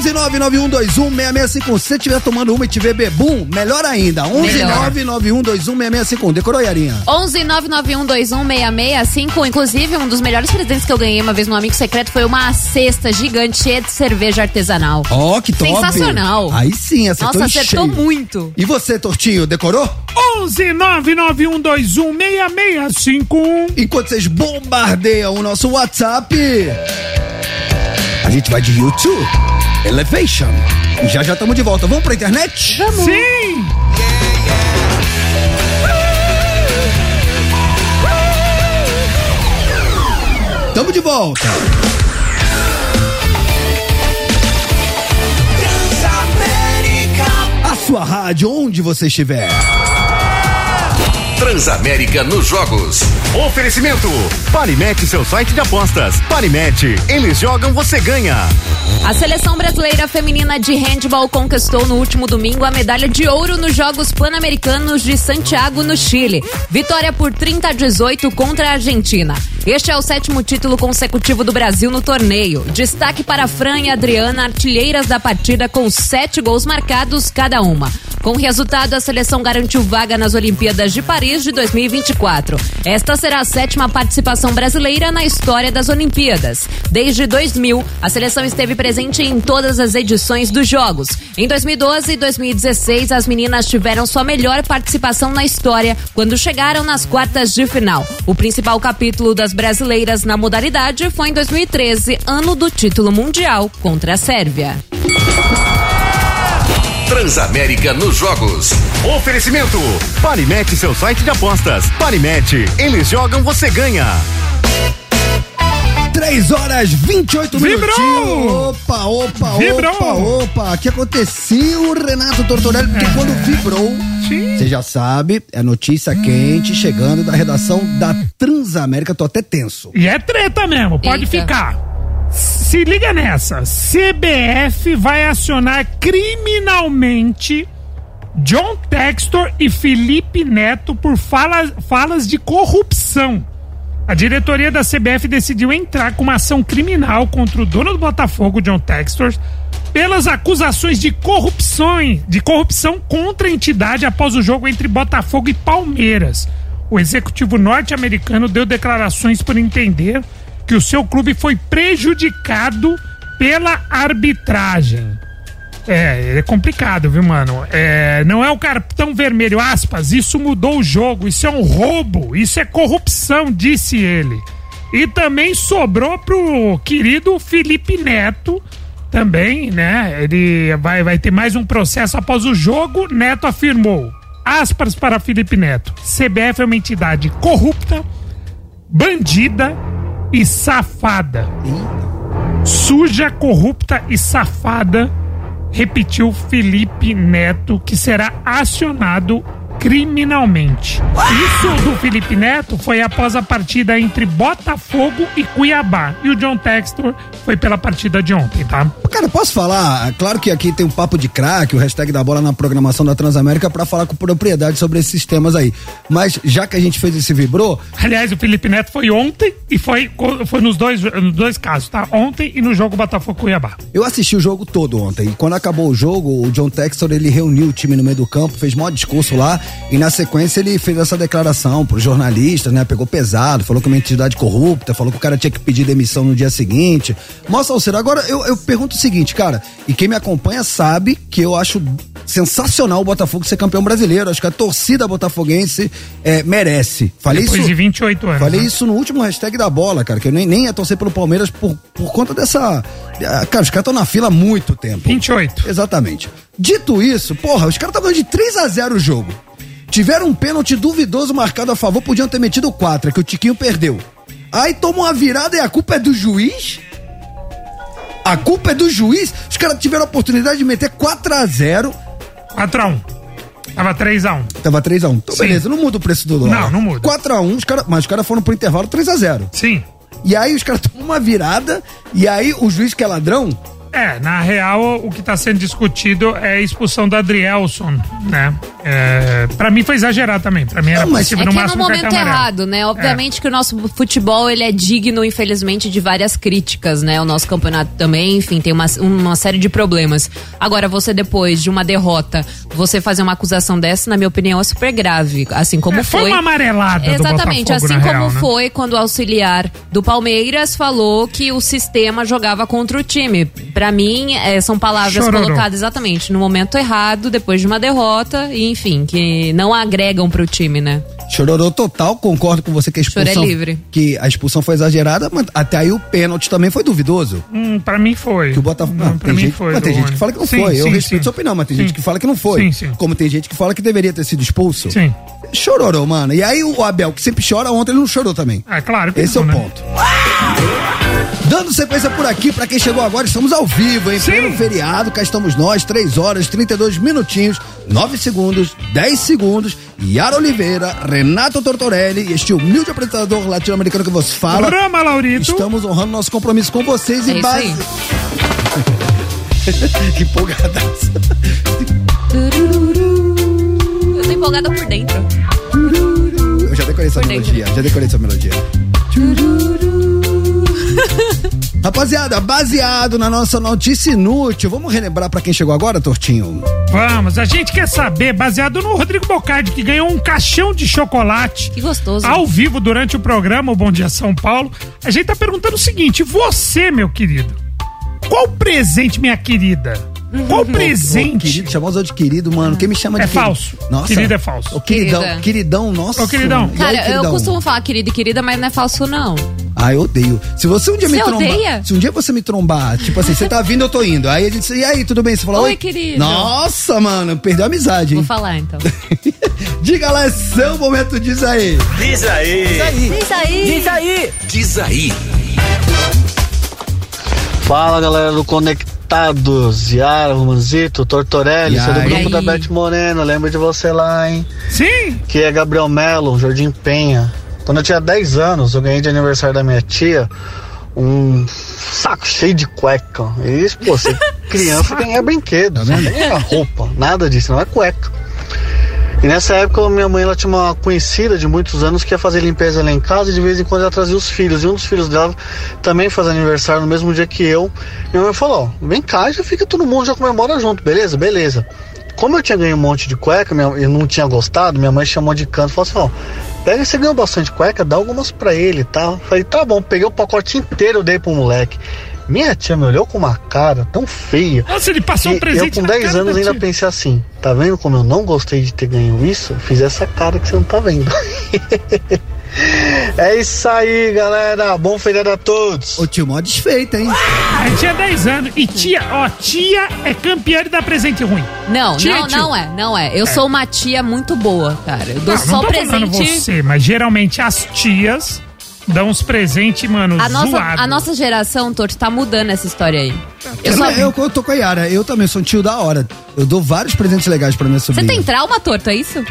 S3: 11991216651. Se estiver tomando uma e tiver bebum, melhor ainda. 11991216651. Decorou, Yarinha?
S2: 11 991216665. Inclusive, um dos melhores presentes que eu ganhei uma vez no Amigo Secreto foi uma cesta gigante cheia de cerveja artesanal.
S3: Ó, que top!
S2: Sensacional.
S3: Aí sim, acertou
S2: Nossa,
S3: em
S2: acertou
S3: cheio.
S2: muito.
S3: E você, Tortinho, decorou?
S4: 11 991216651.
S3: Enquanto vocês bombardeiam o nosso WhatsApp, a gente vai de YouTube, Elevation. E já já estamos de volta. Vamos pra internet?
S2: Vamos.
S4: Sim!
S3: Tamo de volta. A sua rádio, onde você estiver.
S1: Transamérica nos Jogos.
S6: Oferecimento: Parimete, seu site de apostas. Parimete, eles jogam, você ganha.
S2: A seleção brasileira feminina de handball conquistou no último domingo a medalha de ouro nos Jogos Pan-Americanos de Santiago, no Chile. Vitória por 30 a 18 contra a Argentina. Este é o sétimo título consecutivo do Brasil no torneio. Destaque para Fran e Adriana, artilheiras da partida, com sete gols marcados cada uma. Com o resultado, a seleção garantiu vaga nas Olimpíadas de Paris de 2024. Esta será a sétima participação brasileira na história das Olimpíadas. Desde 2000, a seleção esteve presente em todas as edições dos Jogos. Em 2012 e 2016, as meninas tiveram sua melhor participação na história quando chegaram nas quartas de final. O principal capítulo das brasileiras na modalidade foi em 2013, ano do título mundial contra a Sérvia.
S1: Transamérica nos Jogos.
S6: Oferecimento: Parimete, seu site de apostas. Parimete, eles jogam, você ganha.
S3: 3 horas 28 minutinhos.
S4: Vibrou!
S3: Opa, opa,
S4: Vibrou!
S3: opa, opa. O que aconteceu, Renato Tortorelli? Porque quando vibrou,
S4: É. Sim. Hum.
S3: você já sabe, é notícia quente chegando da redação da Transamérica. Tô até tenso.
S4: E é treta mesmo, pode
S2: Eita.
S4: ficar. Se liga nessa. CBF vai acionar criminalmente John Textor e Felipe Neto por fala- falas de corrupção. A diretoria da CBF decidiu entrar com uma ação criminal contra o dono do Botafogo, John Textor, pelas acusações de corrupção, de corrupção contra a entidade após o jogo entre Botafogo e Palmeiras. O executivo norte-americano deu declarações por entender que o seu clube foi prejudicado pela arbitragem. É, é complicado, viu, mano? É, não é o cartão vermelho, aspas, isso mudou o jogo, isso é um roubo, isso é corrupção, disse ele. E também sobrou pro querido Felipe Neto, também, né? Ele vai, vai ter mais um processo após o jogo, Neto afirmou. Aspas para Felipe Neto. CBF é uma entidade corrupta, bandida e safada suja, corrupta e safada, repetiu Felipe Neto, que será acionado criminalmente. Isso do Felipe Neto foi após a partida entre Botafogo e Cuiabá. E o John Textor foi pela partida de ontem, tá?
S3: Cara, posso falar? Claro que aqui tem um papo de craque, o hashtag da bola na programação da Transamérica pra falar com propriedade sobre esses temas aí. Mas já que a gente fez esse vibrou,
S4: Aliás, o Felipe Neto foi ontem e foi, foi nos, dois, nos dois casos, tá? Ontem e no jogo Botafogo-Cuiabá.
S3: Eu assisti o jogo todo ontem. E quando acabou o jogo, o John Textor ele reuniu o time no meio do campo, fez maior discurso lá. E na sequência ele fez essa declaração pros jornalistas, né? Pegou pesado, falou que é uma entidade corrupta, falou que o cara tinha que pedir demissão no dia seguinte. Mó salseiro. Agora eu, eu pergunto o seguinte, cara. E quem me acompanha sabe que eu acho sensacional o Botafogo ser campeão brasileiro. Acho que a torcida botafoguense eh, merece. Falei
S4: Depois
S3: isso.
S4: de 28 anos.
S3: Falei
S4: né?
S3: isso no último hashtag da bola, cara, que eu nem, nem ia torcer pelo Palmeiras por, por conta dessa. ah, Cara, os caras estão na fila há muito tempo.
S4: 28.
S3: Exatamente. Dito isso, porra, os caras estavam de 3 a 0 o jogo. Tiveram um pênalti duvidoso marcado a favor, podiam ter metido 4, que o Tiquinho perdeu. Aí tomou a virada e a culpa é do juiz? A culpa é do juiz? Os caras tiveram a oportunidade de meter 4 a 0
S4: 4x1. Tava 3x1.
S3: Tava 3x1. Então,
S4: Sim.
S3: beleza, não muda o preço do dólar.
S4: Não, não muda.
S3: 4x1, os cara, mas os caras foram pro intervalo 3x0.
S4: Sim.
S3: E aí os caras tomam uma virada, e aí o juiz que é ladrão,
S4: É, na real, o que está sendo discutido é a expulsão do Adrielson, né? É, pra mim foi exagerado também. Pra mim era
S3: Não, mas-
S4: possível
S2: É
S4: no
S2: que é no
S4: máximo um cartão
S2: momento
S4: amarelo.
S2: errado, né? Obviamente que o nosso futebol, ele é digno, infelizmente, de várias críticas, né? O nosso campeonato também, enfim, tem uma, uma série de problemas. Agora, você depois de uma derrota, você fazer uma acusação dessa, na minha opinião, é super grave. Assim como
S4: É, foi
S2: foi...
S4: uma amarelada do
S2: Exatamente,
S4: Botafogo,
S2: assim
S4: na
S2: como
S4: real, né?
S2: foi quando o auxiliar do Palmeiras falou que o sistema jogava contra o time. Pra mim, eh, são palavras
S4: Chororô.
S2: colocadas exatamente no momento errado, depois de uma derrota, e enfim, que não agregam pro time, né?
S3: chororou total, concordo com você que a
S2: Choro é
S3: expulsão.
S2: livre.
S3: Que a expulsão foi exagerada, mas até aí o pênalti também foi duvidoso.
S4: Hum, pra mim foi.
S3: Que o Botafogo.
S4: Não,
S3: Não,
S4: pra
S3: tem
S4: mim
S3: gente,
S4: foi.
S3: mas tem
S4: do
S3: gente que fala que não
S4: sim,
S3: foi. Eu
S4: sim,
S3: respeito
S4: sim.
S3: sua opinião, mas tem
S4: Sim.
S3: gente que fala que não foi.
S4: Sim, sim.
S3: Como tem gente que fala que deveria ter sido expulso.
S4: Sim.
S3: Chororou, mano. E aí o Abel, que sempre chora, ontem ele não chorou também.
S4: É claro que
S3: Esse
S4: não,
S3: é o
S4: né?
S3: ponto. Dando sequência por aqui, pra quem chegou agora, estamos ao vivo, hein?
S4: Sim.
S3: Pleno feriado, cá estamos nós, 3 horas, 32 minutinhos, 9 segundos, 10 segundos. Yara Oliveira, Renato Tortorelli, este humilde apresentador latino-americano que vos fala.
S4: Rama Laurito.
S3: Estamos honrando nosso compromisso com vocês
S2: É
S3: e
S2: isso
S3: base.
S2: aí.
S3: Que empolgadaço.
S2: Eu tô empolgada por dentro.
S3: Eu já decorei essa
S2: Por dentro.
S3: melodia, já decorei essa melodia. Rapaziada, baseado na nossa notícia inútil, vamos relembrar pra quem chegou agora, Tortinho?
S4: Vamos, a gente quer saber, baseado no Rodrigo Bocardi, que ganhou um caixão de chocolate.
S2: Que gostoso.
S4: Ao vivo durante o programa o Bom Dia São Paulo. A gente tá perguntando o seguinte: você, meu querido, qual presente, minha querida? Qual
S3: Ô,
S4: presente?
S3: querido, chamar os outros de querido, mano. Quem me chama de
S4: É
S3: querido?
S4: falso.
S3: Nossa.
S4: Querido é falso.
S3: Ô, queridão,
S2: Querida.
S3: queridão, nossa.
S4: Ô, queridão.
S3: E aí,
S2: Cara, eu
S3: queridão?
S2: costumo falar querido e querida, mas não é falso, não.
S3: Ah, eu odeio. Se você um dia me
S2: Você
S3: trombar.
S2: odeia?
S3: Se um dia você me trombar, tipo assim, você tá vindo, eu tô indo. Aí a gente. E aí, tudo bem? Você fala,
S2: Oi,
S3: oi,
S2: querido.
S3: Nossa, mano, perdeu a amizade,
S2: Vou
S3: hein?
S2: falar, então.
S3: Diga lá, é seu momento, diz aí.
S1: Diz aí.
S7: Fala galera do Conectados, Yara, Romanzito, Tortorelli, sou do
S3: Yara.
S7: grupo
S2: E
S7: da
S2: aí?
S7: Beth Moreno, lembro de você lá, hein?
S4: Sim,
S7: Que é Gabriel Melo, Jardim Penha. Quando eu tinha 10 anos, eu ganhei de aniversário da minha tia um saco cheio de cueca. E, pô, você criança ganha brinquedo,
S2: Tá
S7: não ganha roupa, nada disso, não é cueca. E nessa época, minha mãe ela tinha uma conhecida de muitos anos que ia fazer limpeza lá em casa e de vez em quando ela trazia os filhos. E um dos filhos dela também faz aniversário no mesmo dia que eu. Minha mãe falou: Ó, vem cá, já fica todo mundo, já comemora junto, beleza? Beleza. Como eu tinha ganho um monte de cueca minha, e não tinha gostado, minha mãe chamou de canto e falou assim: Ó, pega, você ganhou bastante cueca, dá algumas pra ele, tá? Eu Falei: tá bom, peguei o pacote inteiro, dei pro moleque. Minha tia me olhou com uma cara tão feia.
S4: nossa, ele passou
S7: E
S4: um presente
S7: eu com
S4: na
S7: 10
S4: cara
S7: anos
S4: da
S7: ainda
S4: tia.
S7: pensei assim, tá vendo como eu não gostei de ter ganho isso? Eu Fiz essa cara que você não tá vendo. é isso aí, galera. Bom feriado a todos.
S3: Ô tio, mó desfeita, hein?
S4: Aí tinha 10 anos. E tia, ó, tia é campeã de dar presente ruim.
S2: Não,
S4: Tia,
S2: não,
S4: tio.
S2: não é, não é. Eu sou uma tia muito boa, cara. Eu dou
S4: Não,
S2: só
S4: não tô falando
S2: presente.
S4: você, mas geralmente as tias dão uns presentes, mano,
S2: A nossa,
S4: zoado.
S2: a nossa geração, Torto, tá mudando essa história aí. Eu
S3: Eu,
S2: só-
S3: eu, eu tô com a Yara, eu também sou um tio da hora. Eu dou vários presentes legais pra minha
S2: Você
S3: sobrinha.
S2: tem trauma, Torto, é isso?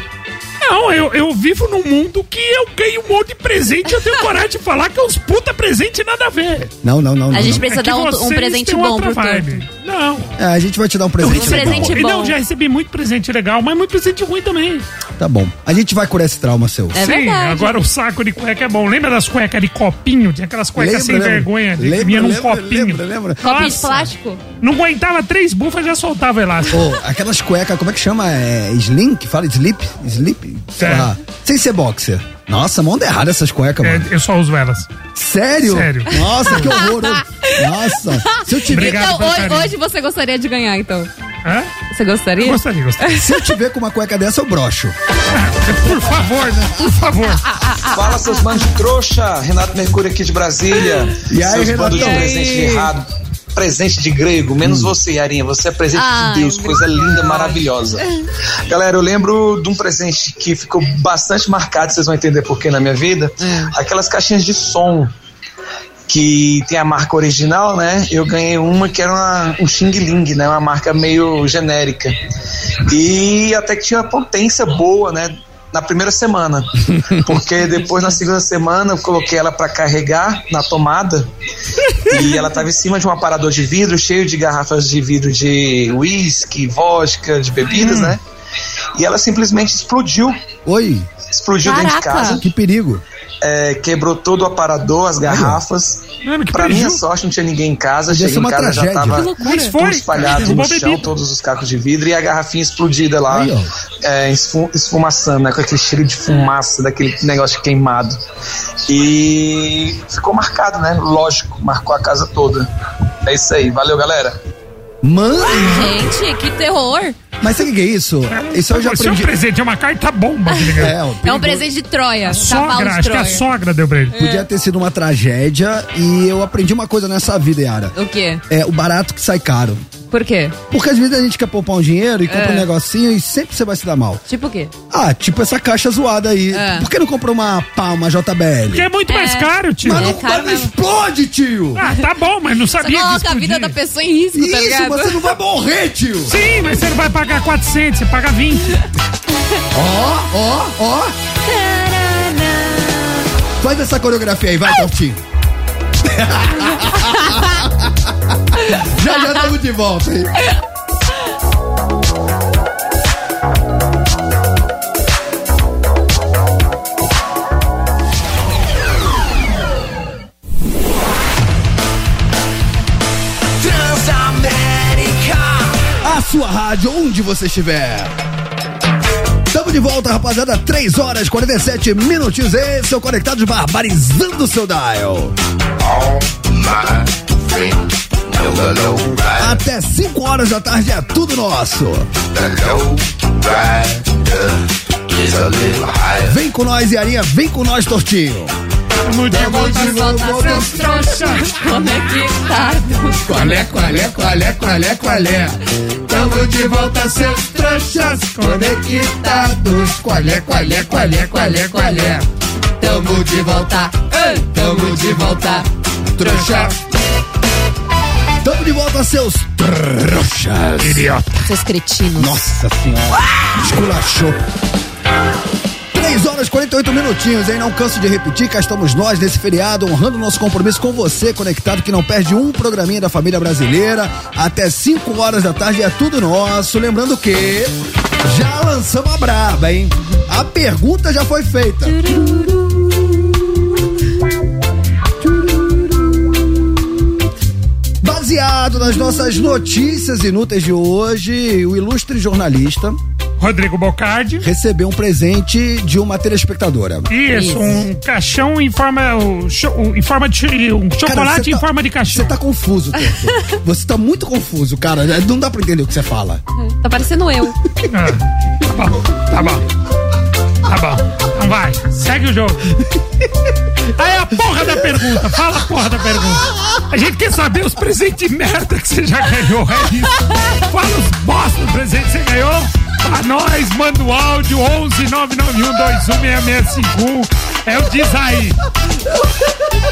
S4: Não, eu, eu vivo num mundo que eu ganho um monte de presente. Eu tenho coragem de falar que é uns puta presente nada a ver.
S3: Não, não, não. não,
S2: A gente
S3: não.
S2: precisa
S4: é que
S2: dar um, um
S4: vocês
S2: presente
S4: têm
S2: bom
S4: outra
S2: pro Torto.
S4: vibe. Não.
S3: É, a gente vai te dar um presente
S2: Um presente
S3: legal.
S4: E Não,
S2: bom.
S4: já recebi muito presente legal, mas muito presente ruim também.
S3: Tá bom. A gente vai curar esse trauma seu.
S2: É
S4: Sim,
S2: verdade.
S4: agora o saco de cueca é bom. Lembra das cuecas de copinho? Tinha aquelas cuecas sem vergonha, de que vinha num copinho.
S3: Lembra, lembra?
S2: Copinho de
S4: Nossa.
S2: plástico?
S4: Não aguentava três bufas, já soltava o elástico.
S3: Pô, aquelas cuecas, como é que chama? É, slim? Que fala? Slip? Slip? Sei
S4: É.
S3: lá. Sem ser boxer. Nossa, mão errada essas cuecas,
S4: É,
S3: mano.
S4: eu só uso elas.
S3: Sério?
S4: Sério.
S3: Nossa, que horror. eu- Nossa. Se eu, te ver,
S4: Obrigado
S2: Então,
S4: pelo
S2: hoje,
S4: carinho.
S2: hoje você gostaria de ganhar, então.
S4: Hã?
S2: Você gostaria?
S4: Gostaria, gostaria. É
S3: se eu te ver com uma cueca dessa, eu brocho.
S4: Por favor, né? Por favor.
S8: Fala, seus bandos de trouxa. Renato Mercúrio aqui de Brasília.
S3: E aí,
S8: seus
S3: Renatão? Hum.
S8: bandos de
S3: E aí?
S8: presente de errado. Presente de grego, menos você, Yarinha. Você é presente
S2: Ai,
S8: de Deus, coisa
S2: obrigada.
S8: linda, maravilhosa. Galera, eu lembro de um presente que ficou bastante marcado, vocês vão entender porquê na minha vida. Aquelas caixinhas de som que tem a marca original, né? Eu ganhei uma que era uma- um Xing Ling, né? Uma marca meio genérica. E até que tinha uma potência boa, né? Na primeira semana. Porque depois, na segunda semana, eu coloquei ela para carregar na tomada. E ela tava em cima de um aparador de vidro cheio de garrafas de vidro de uísque, vodka, de bebidas, né? E ela simplesmente explodiu.
S3: Oi,
S8: Explodiu dentro de
S2: Caraca.
S8: casa.
S3: que perigo.
S8: É, quebrou todo o aparador, as garrafas.
S4: Mano, que
S8: Pra minha
S4: prejuízo.
S8: sorte, não tinha ninguém em casa.
S3: Podia ser
S8: Cheguei em
S3: uma
S8: casa, já
S3: tragédia.
S8: tava
S3: Que
S4: Mas
S8: tudo
S4: foi.
S8: espalhado no
S4: Derrubou
S8: chão,
S4: bebida.
S8: todos os cacos de vidro e a garrafinha explodida lá,
S3: Aí, ó.
S8: é, esfu- esfumaçando, né, com aquele cheiro de fumaça, daquele negócio queimado. E ficou marcado, né? Lógico, marcou a casa toda. É isso aí, valeu, galera.
S3: Mano,
S2: Gente, que terror.
S3: mas sabe o que é isso? Isso eu já
S4: Isso é um
S3: aprendi.
S4: presente, é uma carta bomba. que ele ganhou.
S3: É, ó,
S2: É um
S3: perigo-
S2: presente de Troia. Cavalo
S4: Sogra,
S2: de
S4: acho que é
S2: Troia. É.
S4: a sogra deu pra ele.
S3: Podia ter sido uma tragédia e eu aprendi uma coisa nessa vida, Yara.
S2: O quê?
S3: É o barato que sai caro.
S2: Por quê?
S3: Porque às vezes a gente quer poupar um dinheiro e compra um negocinho e sempre você vai se dar mal.
S2: É. Tipo o quê?
S3: Ah, tipo essa caixa zoada aí.
S2: É.
S3: Por que não comprou uma palma JBL?
S4: Porque é muito mais
S2: É.
S4: caro, tio.
S3: Mas não,
S2: É caro
S3: mas não
S2: mesmo.
S3: explode, tio!
S4: Ah, tá bom, mas não
S2: Você
S4: sabia que
S2: coloca a vida
S4: explodia.
S2: da pessoa em risco, tá
S3: Isso,
S2: ligado?
S3: você não vai morrer, tio!
S4: Sim, mas você não vai pagar 400, você paga 20.
S3: Ó, ó, ó! Faz essa coreografia aí, vai, Tortinho. já já estamos de volta, hein? A sua rádio, onde você estiver. Estamos de volta, rapaziada. 3 horas 47 minutinhos. Esse é o Conectados Barbarizando o seu Dial. Até 5 horas da tarde é tudo nosso. Vem com nós, Iarinha. Vem com nós, Tortinho.
S4: No dia volta,
S3: volta,
S2: seus trouxas é conectados.
S3: Qual é, qual é, qual é, qual é, qual é? Tamo de volta, seus trouxas conectados. Qual é, qual é, qual é, qual é, qual é? Tamo de volta, ei, tamo de volta. trouxa. Tamo de volta, seus trouxas.
S2: Seus cretinos.
S3: Nossa senhora. Esculachou. 3 horas e 48 minutinhos, hein? Não canso de repetir, cá estamos nós nesse feriado, honrando nosso compromisso com você, conectado, que não perde um programinha da família brasileira. Até 5 horas da tarde é tudo nosso. Lembrando que já lançamos a braba, hein? A pergunta já foi feita. Baseado nas nossas notícias inúteis de hoje, o ilustre jornalista
S4: Rodrigo Bocardi.
S3: recebeu um presente de uma telespectadora.
S4: Isso,
S2: Isso.
S4: um caixão em forma, o cho- o- em forma de chi- um
S3: Cara,
S4: chocolate
S3: você
S4: em
S3: tá-
S4: forma de
S3: Você
S4: caixão.
S3: tá confuso, Toto. Você tá muito confuso, cara. É, Não dá pra entender o que você fala.
S2: Tá parecendo eu.
S4: Ah, tá bom, tá bom. Tá bom. Então vai, segue o jogo. Aí a porra da pergunta, fala a porra da pergunta. A gente quer saber os presentes de merda que você já ganhou, é isso. Fala os bosta do presente que você ganhou. Pra nós, manda o áudio 11 991 É o diz aí.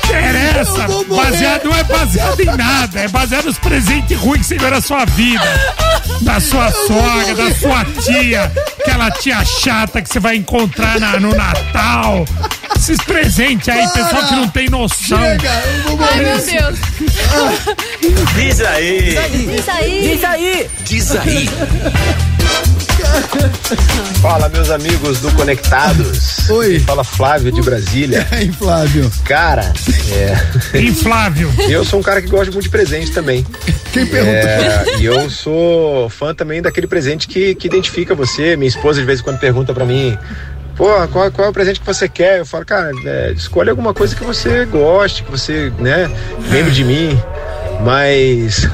S4: Interessa,
S3: Eu vou morrer.
S4: baseado não é baseado em nada, é baseado nos presentes ruins que você ganhou na sua vida da sua sogra, da sua tia, aquela tia chata que você vai encontrar na- no Natal. Esses presentes aí,
S3: Para!
S4: pessoal que não tem noção.
S3: Chega, eu vou
S2: Ai,
S3: morrer.
S2: meu Deus.
S5: Diz aí.
S2: Isso aí.
S1: Diz aí,
S9: Fala, meus amigos do Conectados.
S3: Oi.
S9: Fala Flávio de Brasília.
S3: Aí, Flávio.
S9: Cara, é,
S4: Inflável.
S9: eu sou um cara que gosta muito de presente também.
S3: Quem pergunta?
S9: É, e eu sou fã também daquele presente que, que identifica você. Minha esposa de vez em quando pergunta pra mim. Pô, qual, qual é o presente que você quer? Eu falo, cara, é, escolhe alguma coisa que você goste, que você, né, lembre de mim. Mas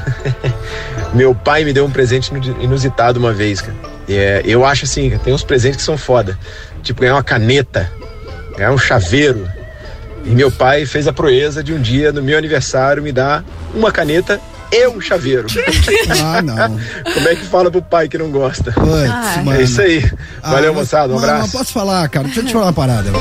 S9: meu pai me deu um presente inu- inusitado uma vez, cara. E, é, eu acho assim, tem uns presentes que são foda. Tipo, ganhar uma caneta, ganhar um chaveiro. E meu pai fez a proeza de um dia, no meu aniversário, me dar uma caneta e um chaveiro.
S3: Ah, não.
S9: Como é que fala pro pai que não gosta?
S3: Putz, mano.
S9: É isso aí.
S3: Ah,
S9: Valeu,
S3: mas-
S9: moçada. Um
S3: mano,
S9: abraço.
S3: mas posso falar, cara? Deixa eu te falar uma parada.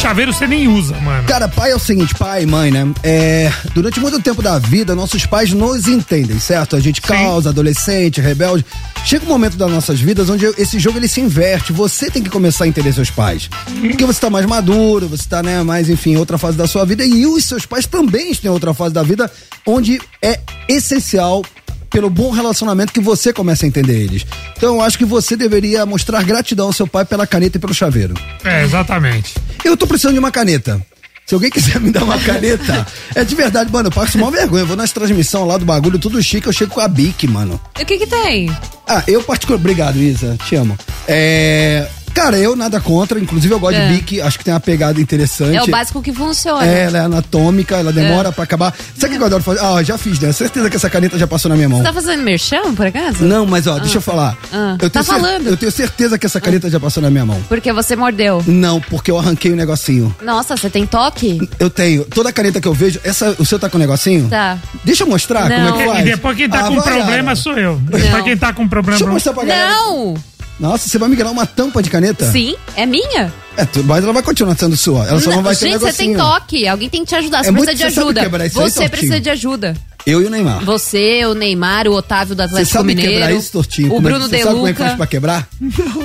S4: Chaveiro você nem usa, mano.
S3: Cara, pai é o seguinte, pai e mãe, né? É, durante muito tempo da vida, nossos pais nos entendem, certo? A gente causa, adolescente, rebelde. Chega um momento das nossas vidas onde esse jogo ele se inverte. Você tem que começar a entender seus pais. Porque você tá mais maduro, você tá, né, mais, enfim, em outra fase da sua vida. E os seus pais também estão em outra fase da vida onde é essencial pelo bom relacionamento que você começa a entender eles. Então, eu acho que você deveria mostrar gratidão ao seu pai pela caneta e pelo chaveiro.
S4: É, exatamente.
S3: Eu tô precisando de uma caneta. Se alguém quiser me dar uma caneta, é de verdade, mano. Eu passo mó vergonha. Eu vou nas transmissões lá do bagulho, tudo chique, eu chego com a Bic, mano.
S2: E o que que tem?
S3: Ah, eu particular. Obrigado, Isa. Te amo. É. Cara, eu nada contra. Inclusive, eu gosto
S2: É.
S3: de Bic. Acho que tem uma pegada interessante.
S2: É o básico que É. funciona.
S3: É, ela é anatômica, ela demora pra acabar. Sabe o que eu adoro fazer? Ah, já fiz, né? Certeza que essa caneta já passou na minha mão.
S2: Você tá fazendo merchan, por acaso?
S3: Não, mas ó, deixa eu falar.
S2: Ah.
S3: Eu
S2: Tá
S3: tenho cer-
S2: falando.
S3: Eu tenho certeza que essa caneta já passou na minha mão.
S2: Porque você mordeu.
S3: Não, porque eu arranquei o negocinho.
S2: Nossa, você tem toque?
S3: Eu tenho. Toda caneta que eu vejo. Essa, o seu tá com um negocinho?
S2: Tá.
S3: Deixa eu mostrar
S2: Não.
S3: como é que
S4: E
S3: faz.
S4: depois quem tá
S3: Ah,
S4: com
S3: vai,
S4: problema
S3: Ara.
S4: sou eu. Depois quem tá com problema.
S3: Deixa eu mostrar pra galera.
S2: Não!
S3: Nossa, você vai me ganhar uma tampa de caneta?
S2: Sim, é minha.
S3: É, tu- mas ela vai continuar sendo sua. Ela só não,
S2: Não,
S3: vai ter
S2: gente, você tem
S3: negocinho.
S2: toque. Alguém tem que te ajudar. Você
S3: É muito-
S2: precisa de
S3: você sabe
S2: ajuda.
S3: quebrar isso aí,
S2: você
S3: Tortinho?
S2: precisa de ajuda.
S3: Eu e o Neymar.
S2: Você, o Neymar, o Otávio do
S3: Você
S2: Atlético
S3: sabe quebrar
S2: Mineiro.
S3: isso, Tortinho?
S2: o
S3: Como é que-
S2: Bruno
S3: você
S2: De
S3: sabe como é que faz
S2: Luca.
S3: pra quebrar?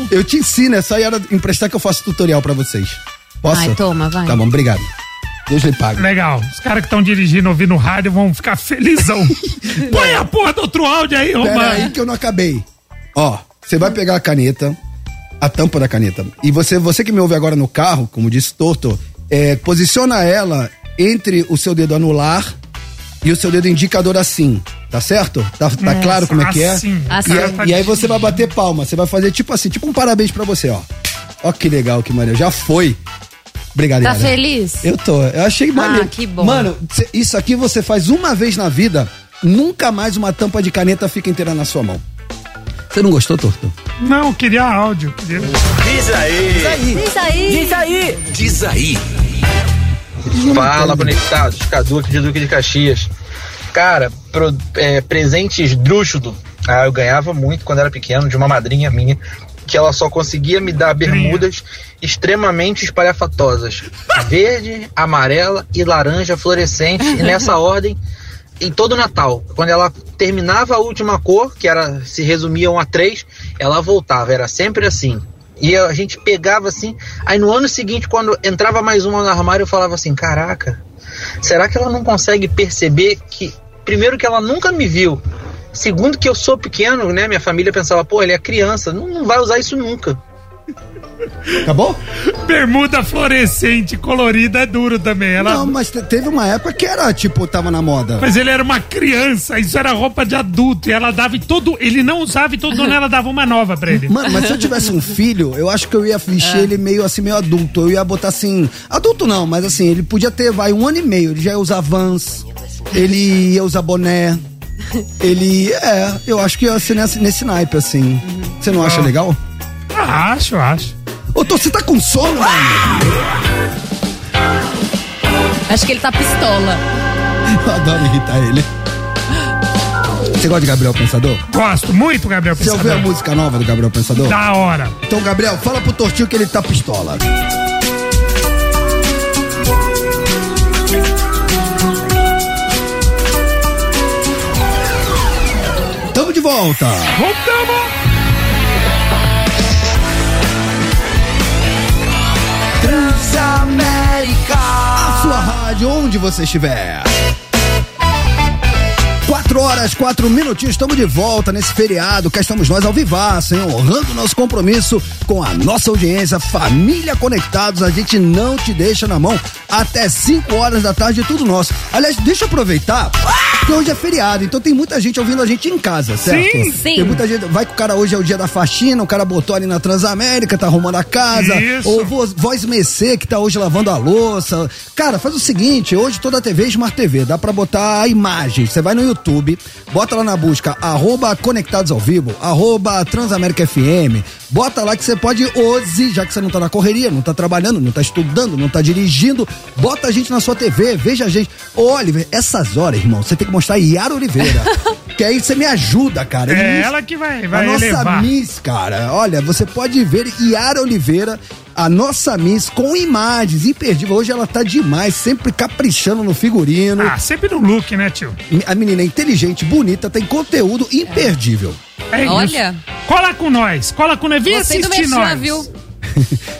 S3: Eu te ensino, é só ir emprestar que eu faço tutorial pra vocês. Posso?
S2: Vai, toma, vai.
S3: Tá bom, obrigado. Deus lhe pague.
S4: Legal. Os caras que estão dirigindo, ouvindo rádio, vão ficar felizão. Põe a porra do outro áudio aí, ô
S3: Pera
S4: mano.
S3: aí que eu não acabei. Ó, você vai pegar a caneta, a tampa da caneta, e você, você que me ouve agora no carro, como disse Toto, é, posiciona ela entre o seu dedo anular e o seu dedo indicador assim. Tá certo? Tá, tá
S4: Nossa,
S3: claro como é que é?
S4: assim.
S2: Assim.
S3: E, aí- e aí você vai bater palma, você vai fazer tipo assim, tipo um parabéns pra você, ó. Ó que legal que maneiro, já foi. Obrigado,
S2: Tá
S3: Yara.
S2: feliz?
S3: Eu tô. Eu achei maneiro.
S2: Ah, que bom.
S3: Mano, cê- isso aqui você faz uma vez na vida, nunca mais uma tampa de caneta fica inteira na sua mão. Você não gostou, Torto?
S4: Não, queria áudio. Queria...
S2: Isso aí.
S1: diz aí.
S7: Fala, conectados. Cadu aqui de Duque de Caxias. Cara, pro- é, presentes drúxulo. Ah, eu ganhava muito quando era pequeno, de uma madrinha minha.
S10: que ela só conseguia me dar bermudas extremamente espalhafatosas. Verde, amarela e laranja fluorescente, e nessa ordem em todo o Natal. Quando ela terminava a última cor, que era se resumiam a três, ela voltava, era sempre assim. E a gente pegava assim, aí no ano seguinte, quando entrava mais uma no armário, eu falava assim, caraca, será que ela não consegue perceber que, primeiro que ela nunca me viu, segundo que eu sou pequeno, né, minha família pensava, pô, ele é criança, não, não vai usar isso nunca.
S3: Acabou?
S4: Bermuda fluorescente colorida é duro também. Ela...
S3: Não, mas te- teve uma época que era, tipo, tava na moda.
S4: Mas ele era uma criança, isso era roupa de adulto. E ela dava em todo. Ele não usava e todo ano ela dava uma nova pra ele.
S3: Mano, mas se eu tivesse um filho, eu acho que eu ia vestir
S4: É.
S3: ele meio assim, meio adulto. Eu ia botar assim. Adulto não, mas assim, ele podia ter, vai, um ano e meio. Ele já ia usar vans, ele ia usar boné. Ele. É, eu acho que ia ser nesse, nesse naipe, assim. Você não acha legal?
S4: Ah, acho, acho.
S3: Ô, Tô, você tá com sono, mano?
S2: Acho que ele tá pistola.
S3: Eu adoro irritar ele. Você gosta de Gabriel Pensador?
S4: Gosto muito, Gabriel
S3: Você ouviu a
S4: Pensador.
S3: música nova do Gabriel Pensador?
S4: Da hora.
S3: Então, Gabriel, fala pro Tortinho que ele tá pistola. Tamo de volta.
S4: Voltamos!
S3: A sua rádio, onde você estiver. Quatro horas, quatro minutinhos, estamos de volta nesse feriado. Cá estamos nós ao vivaço, hein? Honrando nosso compromisso com a nossa audiência, família conectados. A gente não te deixa na mão até 5 horas da tarde, é tudo nosso. Aliás, deixa eu aproveitar, que hoje é feriado, então tem muita gente ouvindo a gente em casa, certo?
S4: Sim,
S2: sim.
S3: Tem muita gente. Vai que o cara hoje é o dia da faxina, o cara botou ali na Transamérica, tá arrumando a casa.
S4: Isso.
S3: Ou Voz, voz Mercê, que tá hoje lavando a louça. Cara, faz o seguinte, hoje toda a TV é Smart TV, dá pra botar imagens. Você vai no YouTube, bota lá na busca, arroba Conectados ao Vivo, arroba Transamérica FM, bota lá que você pode hoje, já que você não tá na correria, não tá trabalhando, não tá estudando, não tá dirigindo, bota a gente na sua TV, veja a gente. Ô, Oliver, essas horas, irmão, você tem que mostrar Yara Oliveira, que aí você me ajuda, cara. Ele
S4: É
S3: me
S4: ela que vai, vai
S3: a nossa
S4: elevar.
S3: Miss, cara, olha, você pode ver Yara Oliveira, a nossa Miss, com imagens, imperdível. Hoje ela tá demais, sempre caprichando no figurino.
S4: Ah, sempre no look, né, tio?
S3: A menina é inteligente, bonita, tem conteúdo imperdível.
S4: É isso.
S2: Olha.
S4: Cola com nós, cola com nós. Vem
S2: Você do
S4: assistir
S2: Merchan,
S4: nós.
S2: viu?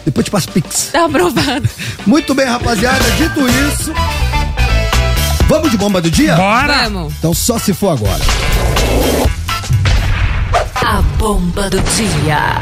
S3: Depois te passo pix.
S2: Tá aprovado.
S3: Muito bem, rapaziada, dito isso, vamos de bomba do dia?
S4: Bora!
S2: Vamos.
S3: Então só se for agora.
S11: A bomba do dia.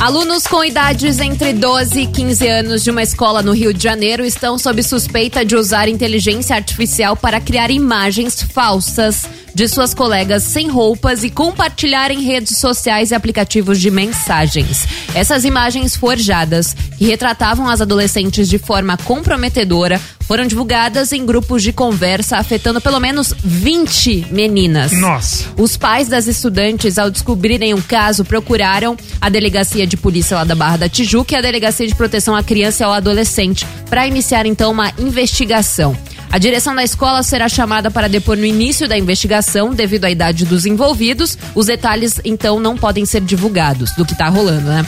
S2: Alunos com idades entre 12 e 15 anos de uma escola no Rio de Janeiro estão sob suspeita de usar inteligência artificial para criar imagens falsas de suas colegas sem roupas e compartilhar em redes sociais e aplicativos de mensagens. Essas imagens forjadas, que retratavam as adolescentes de forma comprometedora, foram divulgadas em grupos de conversa afetando pelo menos 20 meninas.
S4: Nossa.
S2: Os pais das estudantes, ao descobrirem o caso, procuraram a delegacia de polícia lá da Barra da Tijuca e a delegacia de proteção à criança e ao adolescente para iniciar então uma investigação. A direção da escola será chamada para depor no início da investigação, devido à idade dos envolvidos. Os detalhes então não podem ser divulgados do que está rolando, né?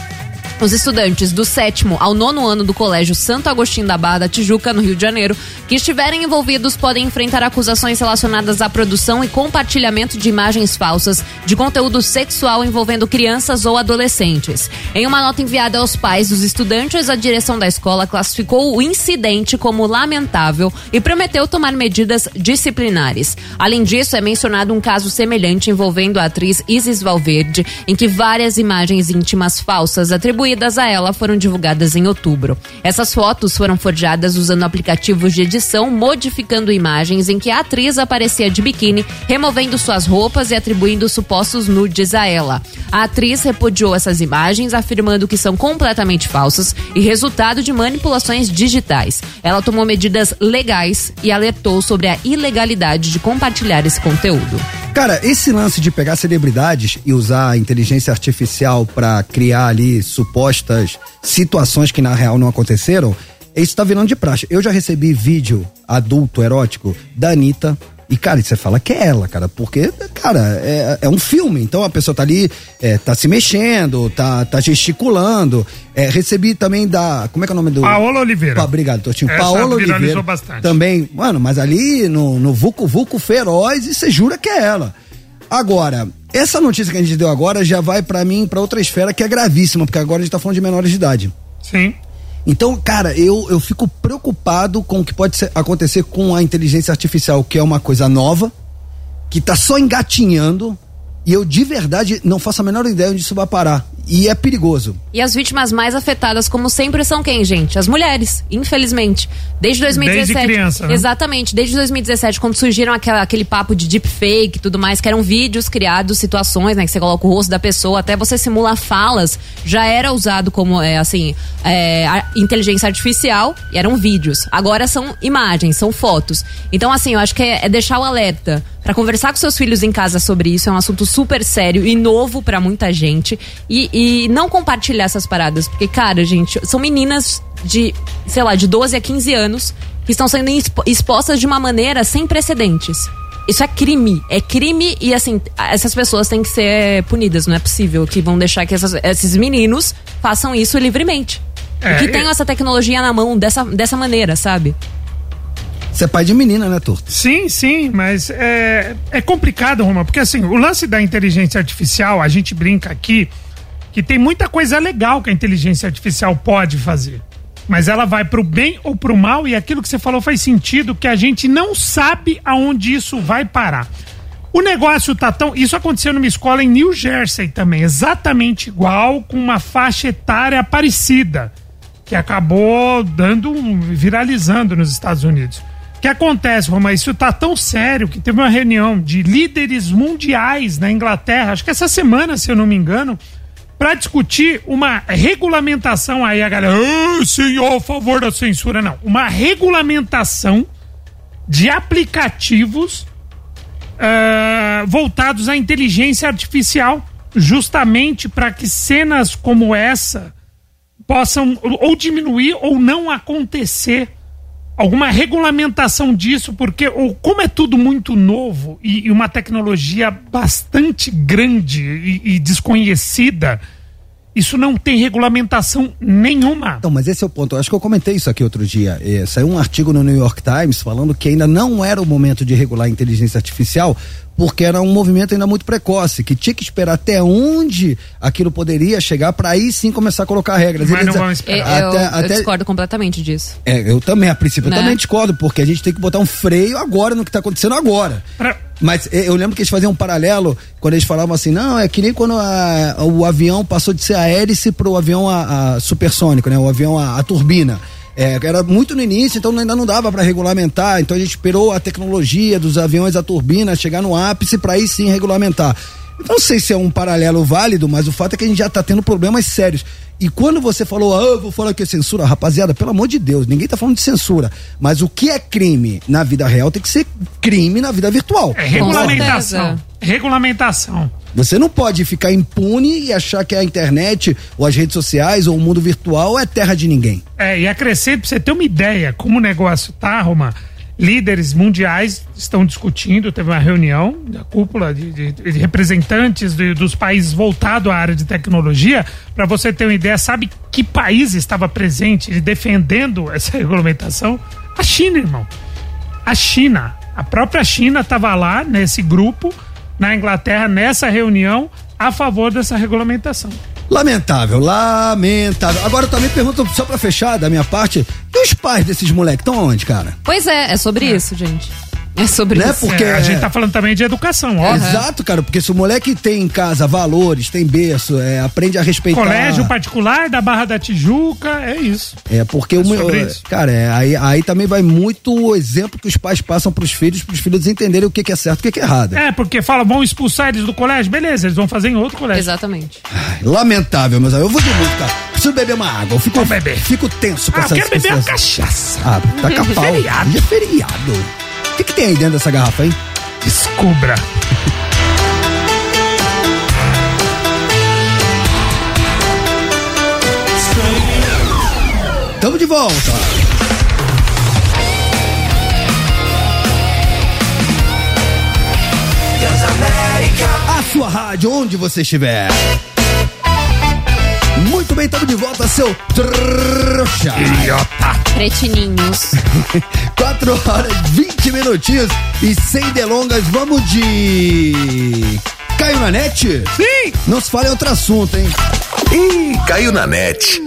S2: Os estudantes do sétimo ao nono ano do Colégio Santo Agostinho da Barra da Tijuca, no Rio de Janeiro, que estiverem envolvidos podem enfrentar acusações relacionadas à produção e compartilhamento de imagens falsas de conteúdo sexual envolvendo crianças ou adolescentes. Em uma nota enviada aos pais dos estudantes, a direção da escola classificou o incidente como lamentável e prometeu tomar medidas disciplinares. Além disso, é mencionado um caso semelhante envolvendo a atriz Isis Valverde, em que várias imagens íntimas falsas atribuídas a ela foram divulgadas em outubro. Essas fotos foram forjadas usando aplicativos de edição, modificando imagens em que a atriz aparecia de biquíni, removendo suas roupas e atribuindo supostos nudes a ela. A atriz repudiou essas imagens, afirmando que são completamente falsas e resultado de manipulações digitais. Ela tomou medidas legais e alertou sobre a ilegalidade de compartilhar esse conteúdo.
S3: Cara, esse lance de pegar celebridades e usar a inteligência artificial pra criar ali supostas situações que na real não aconteceram, isso tá virando de praxe. Eu já recebi vídeo adulto erótico da Anitta, E, cara, você fala que é ela, cara, porque, cara, é, é um filme, então a pessoa tá ali, é, tá se mexendo, tá, tá gesticulando. É, recebi também da. Como é que é o nome do.
S4: Paola Oliveira.
S3: Pa- obrigado, Tortinho.
S4: Essa
S3: Paola
S4: viralizou
S3: Oliveira.
S4: bastante.
S3: Também, mano, mas ali no, no Vucu Vucu Feroz, e você jura que é ela. Agora, essa notícia que a gente deu agora já vai pra mim, pra outra esfera que é gravíssima, porque agora a gente tá falando de menores de idade.
S4: Sim.
S3: Então, cara, eu, eu fico preocupado com o que pode ser- acontecer com a inteligência artificial, que é uma coisa nova, que tá só engatinhando, e eu de verdade não faço a menor ideia onde isso vai parar. E é perigoso.
S2: E as vítimas mais afetadas, como sempre, são quem, gente? As mulheres, infelizmente. Desde 2017.
S4: Desde criança, né?
S2: Exatamente, desde 2017, quando surgiram aquela- aquele papo de deepfake e tudo mais, que eram vídeos criados, situações, né? Que você coloca o rosto da pessoa, até você simula falas, já era usado como, é, assim, é, a- inteligência artificial e eram vídeos. Agora são imagens, são fotos. Então, assim, eu acho que é, é deixar o alerta. Pra conversar com seus filhos em casa sobre isso, é um assunto super sério e novo pra muita gente. E, e não compartilhar essas paradas, porque, cara, gente, são meninas de, sei lá, de 12 a 15 anos que estão sendo expo- expostas de uma maneira sem precedentes. Isso é crime. É crime e, assim, a- essas pessoas têm que ser punidas. Não é possível que vão deixar que essas- esses meninos façam isso livremente.
S3: É,
S2: e que
S3: e-
S2: tenham essa tecnologia na mão dessa, dessa maneira, sabe?
S3: Você é pai de menina, né, Turto?
S4: Sim, sim, mas é, é complicado, Roma, porque assim, o lance da inteligência artificial, a gente brinca aqui que tem muita coisa legal que a inteligência artificial pode fazer. Mas ela vai pro bem ou pro mal, e aquilo que você falou faz sentido, que a gente não sabe aonde isso vai parar. O negócio tá tão. Isso aconteceu numa escola em New Jersey também, exatamente igual, com uma faixa etária parecida que acabou dando um- viralizando nos Estados Unidos. O que acontece, Roma? Isso tá tão sério que teve uma reunião de líderes mundiais na Inglaterra, acho que essa semana, se eu não me engano, para discutir uma regulamentação aí a galera, "Ah, senhor, a favor da censura não, uma regulamentação de aplicativos ah, voltados à inteligência artificial, justamente para que cenas como essa possam ou- ou diminuir ou não acontecer alguma regulamentação disso, porque ou, como é tudo muito novo e, e uma tecnologia bastante grande e, e desconhecida, isso não tem regulamentação nenhuma.
S3: Então, mas esse é o ponto. Eu acho que eu comentei isso aqui outro dia. É, saiu um artigo no New York Times falando que ainda não era o momento de regular a inteligência artificial, porque era um movimento ainda muito precoce, que tinha que esperar até onde aquilo poderia chegar para aí sim começar a colocar regras. Eles-
S2: Eu,
S3: É, até-
S2: eu
S3: até-
S2: discordo completamente disso.
S3: É, eu também, a princípio,
S2: Né?
S3: eu também discordo, porque a gente tem que botar um freio agora no que tá acontecendo agora. Mas é, eu lembro que eles faziam um paralelo quando eles falavam assim, não, é que nem quando a- o avião passou de ser a hélice pro avião a, a supersônico, né? O avião a, a turbina. É, era muito no início, então ainda não dava para regulamentar. Então a gente esperou a tecnologia dos aviões a turbina chegar no ápice para aí sim regulamentar. Eu não sei se é um paralelo válido, mas o fato é que a gente já tá tendo problemas sérios. E quando você falou, ah, eu vou falar que é censura, rapaziada, pelo amor de Deus, ninguém tá falando de censura. Mas o que é crime na vida real tem que ser crime na vida virtual.
S4: É regulamentação. Regulamentação.
S3: Você não pode ficar impune e achar que a internet, ou as redes sociais, ou o mundo virtual é terra de ninguém.
S4: É, e acrescento pra você ter uma ideia como o negócio tá, Roma. Líderes mundiais estão discutindo, teve uma reunião da cúpula de, de- de representantes de- dos países voltado à área de tecnologia. Para você ter uma ideia, sabe que país estava presente e defendendo essa regulamentação? A China, irmão. A China. A própria China estava lá nesse grupo, na Inglaterra, nessa reunião, a favor dessa regulamentação.
S3: Lamentável, lamentável. Agora eu também pergunto, só pra fechar da minha parte, e os pais desses moleques estão onde, cara?
S2: Pois é, é sobre isso, gente. É sobre
S3: Né?
S2: isso.
S3: Porque-
S4: É, a gente tá falando também de educação, ó. né?
S3: Exato, cara, porque se o moleque tem em casa valores, tem berço, é, aprende a respeitar.
S4: Colégio particular da Barra da Tijuca, é isso.
S3: É porque o meu,
S4: sobre isso.
S3: cara, é, aí, aí também vai muito o exemplo que os pais passam pros filhos, pros filhos entenderem o que, que é certo, o que, que é errado.
S4: É, porque fala, vão expulsar eles do colégio, beleza, eles vão fazer em outro colégio.
S2: Exatamente.
S3: Lamentável, meus amigos. Eu vou de música. Preciso beber uma água. Eu fico, fico tenso com
S4: Ah, eu
S3: essa
S4: quero beber
S3: essa-
S4: uma cachaça.
S3: Ah, taca
S4: Uhum.
S3: pau.
S4: Feriado.
S3: Hoje é feriado. O que, que tem aí dentro dessa garrafa, hein?
S4: Descubra.
S3: Tamo de volta. sua rádio, onde você estiver. Muito bem, estamos de volta, seu trouxa. Idiota.
S2: Cretininhos.
S3: 4 horas e 20 minutinhos e sem delongas, vamos de. Caiu na net?
S4: Sim!
S3: Não se fala em outro assunto, hein?
S1: Ih, caiu na net.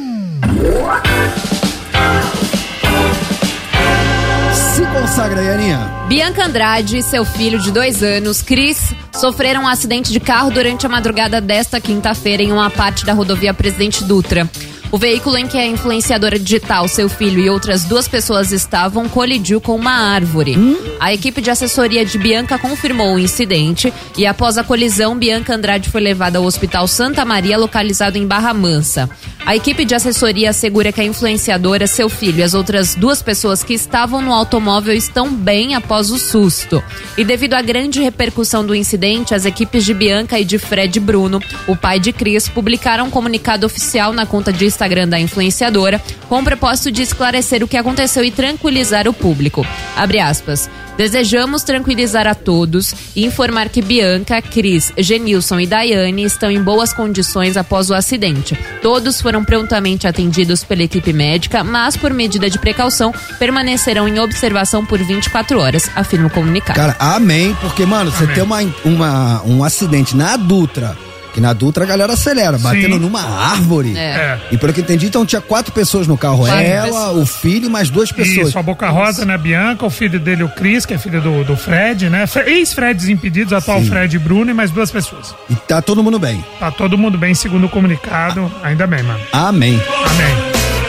S3: Se consagra aí, Aninha.
S2: Bianca Andrade e seu filho de dois anos, Cris, sofreram um acidente de carro durante a madrugada desta quinta-feira em uma parte da rodovia Presidente Dutra. O veículo em que a influenciadora digital, seu filho e outras duas pessoas estavam colidiu com uma árvore.
S3: Hum?
S2: A equipe de assessoria de Bianca confirmou o incidente e, após a colisão, Bianca Andrade foi levada ao Hospital Santa Maria, localizado em Barra Mansa. A equipe de assessoria assegura que a influenciadora, seu filho e as outras duas pessoas que estavam no automóvel estão bem após o susto. E devido à grande repercussão do incidente, as equipes de Bianca e de Fred Bruno, o pai de Cris, publicaram um comunicado oficial na conta de Instagram da influenciadora, com o propósito de esclarecer o que aconteceu e tranquilizar o público. Abre aspas. Desejamos tranquilizar a todos e informar que Bianca, Cris, Genilson e Daiane estão em boas condições após o acidente. Todos foram prontamente atendidos pela equipe médica, mas por medida de precaução permanecerão em observação por 24 horas, afirma o comunicado.
S3: Cara, amém, porque, mano, você tem uma, uma, um acidente na Dutra, que na Dutra a galera acelera, batendo numa árvore.
S2: É.
S3: E pelo que eu entendi, então tinha quatro pessoas no carro.
S4: Quatro
S3: Ela,
S4: pessoas.
S3: o filho e mais duas pessoas.
S4: Isso, a Boca Rosa, né? Bianca, o filho dele, o Cris, que é filho do, do Fred, né? Fre- Ex-Fred Desimpedidos, atual Fred Bruno e mais duas pessoas.
S3: E tá todo mundo bem.
S4: Tá todo mundo bem, segundo o comunicado. Ainda bem, mano.
S3: Amém.
S4: Amém.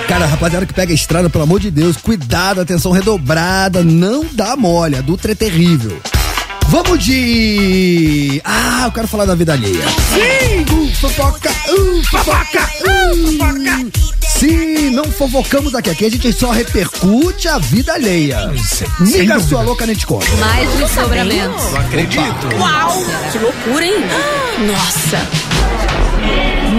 S3: Cara, rapaziada que pega a estrada, pelo amor de Deus, cuidado, atenção redobrada, não dá mole, a Dutra é terrível. Vamos de. Ah, eu quero falar da vida alheia. Sim! Fofoca! Uh, fofoca! Uh, fofoca! Sim, não fofocamos aqui. Aqui a gente só repercute a vida alheia. Liga sua louca, nem te conta.
S2: Mais de sobramento.
S1: Não acredito.
S11: Uau! Que loucura, hein? Nossa!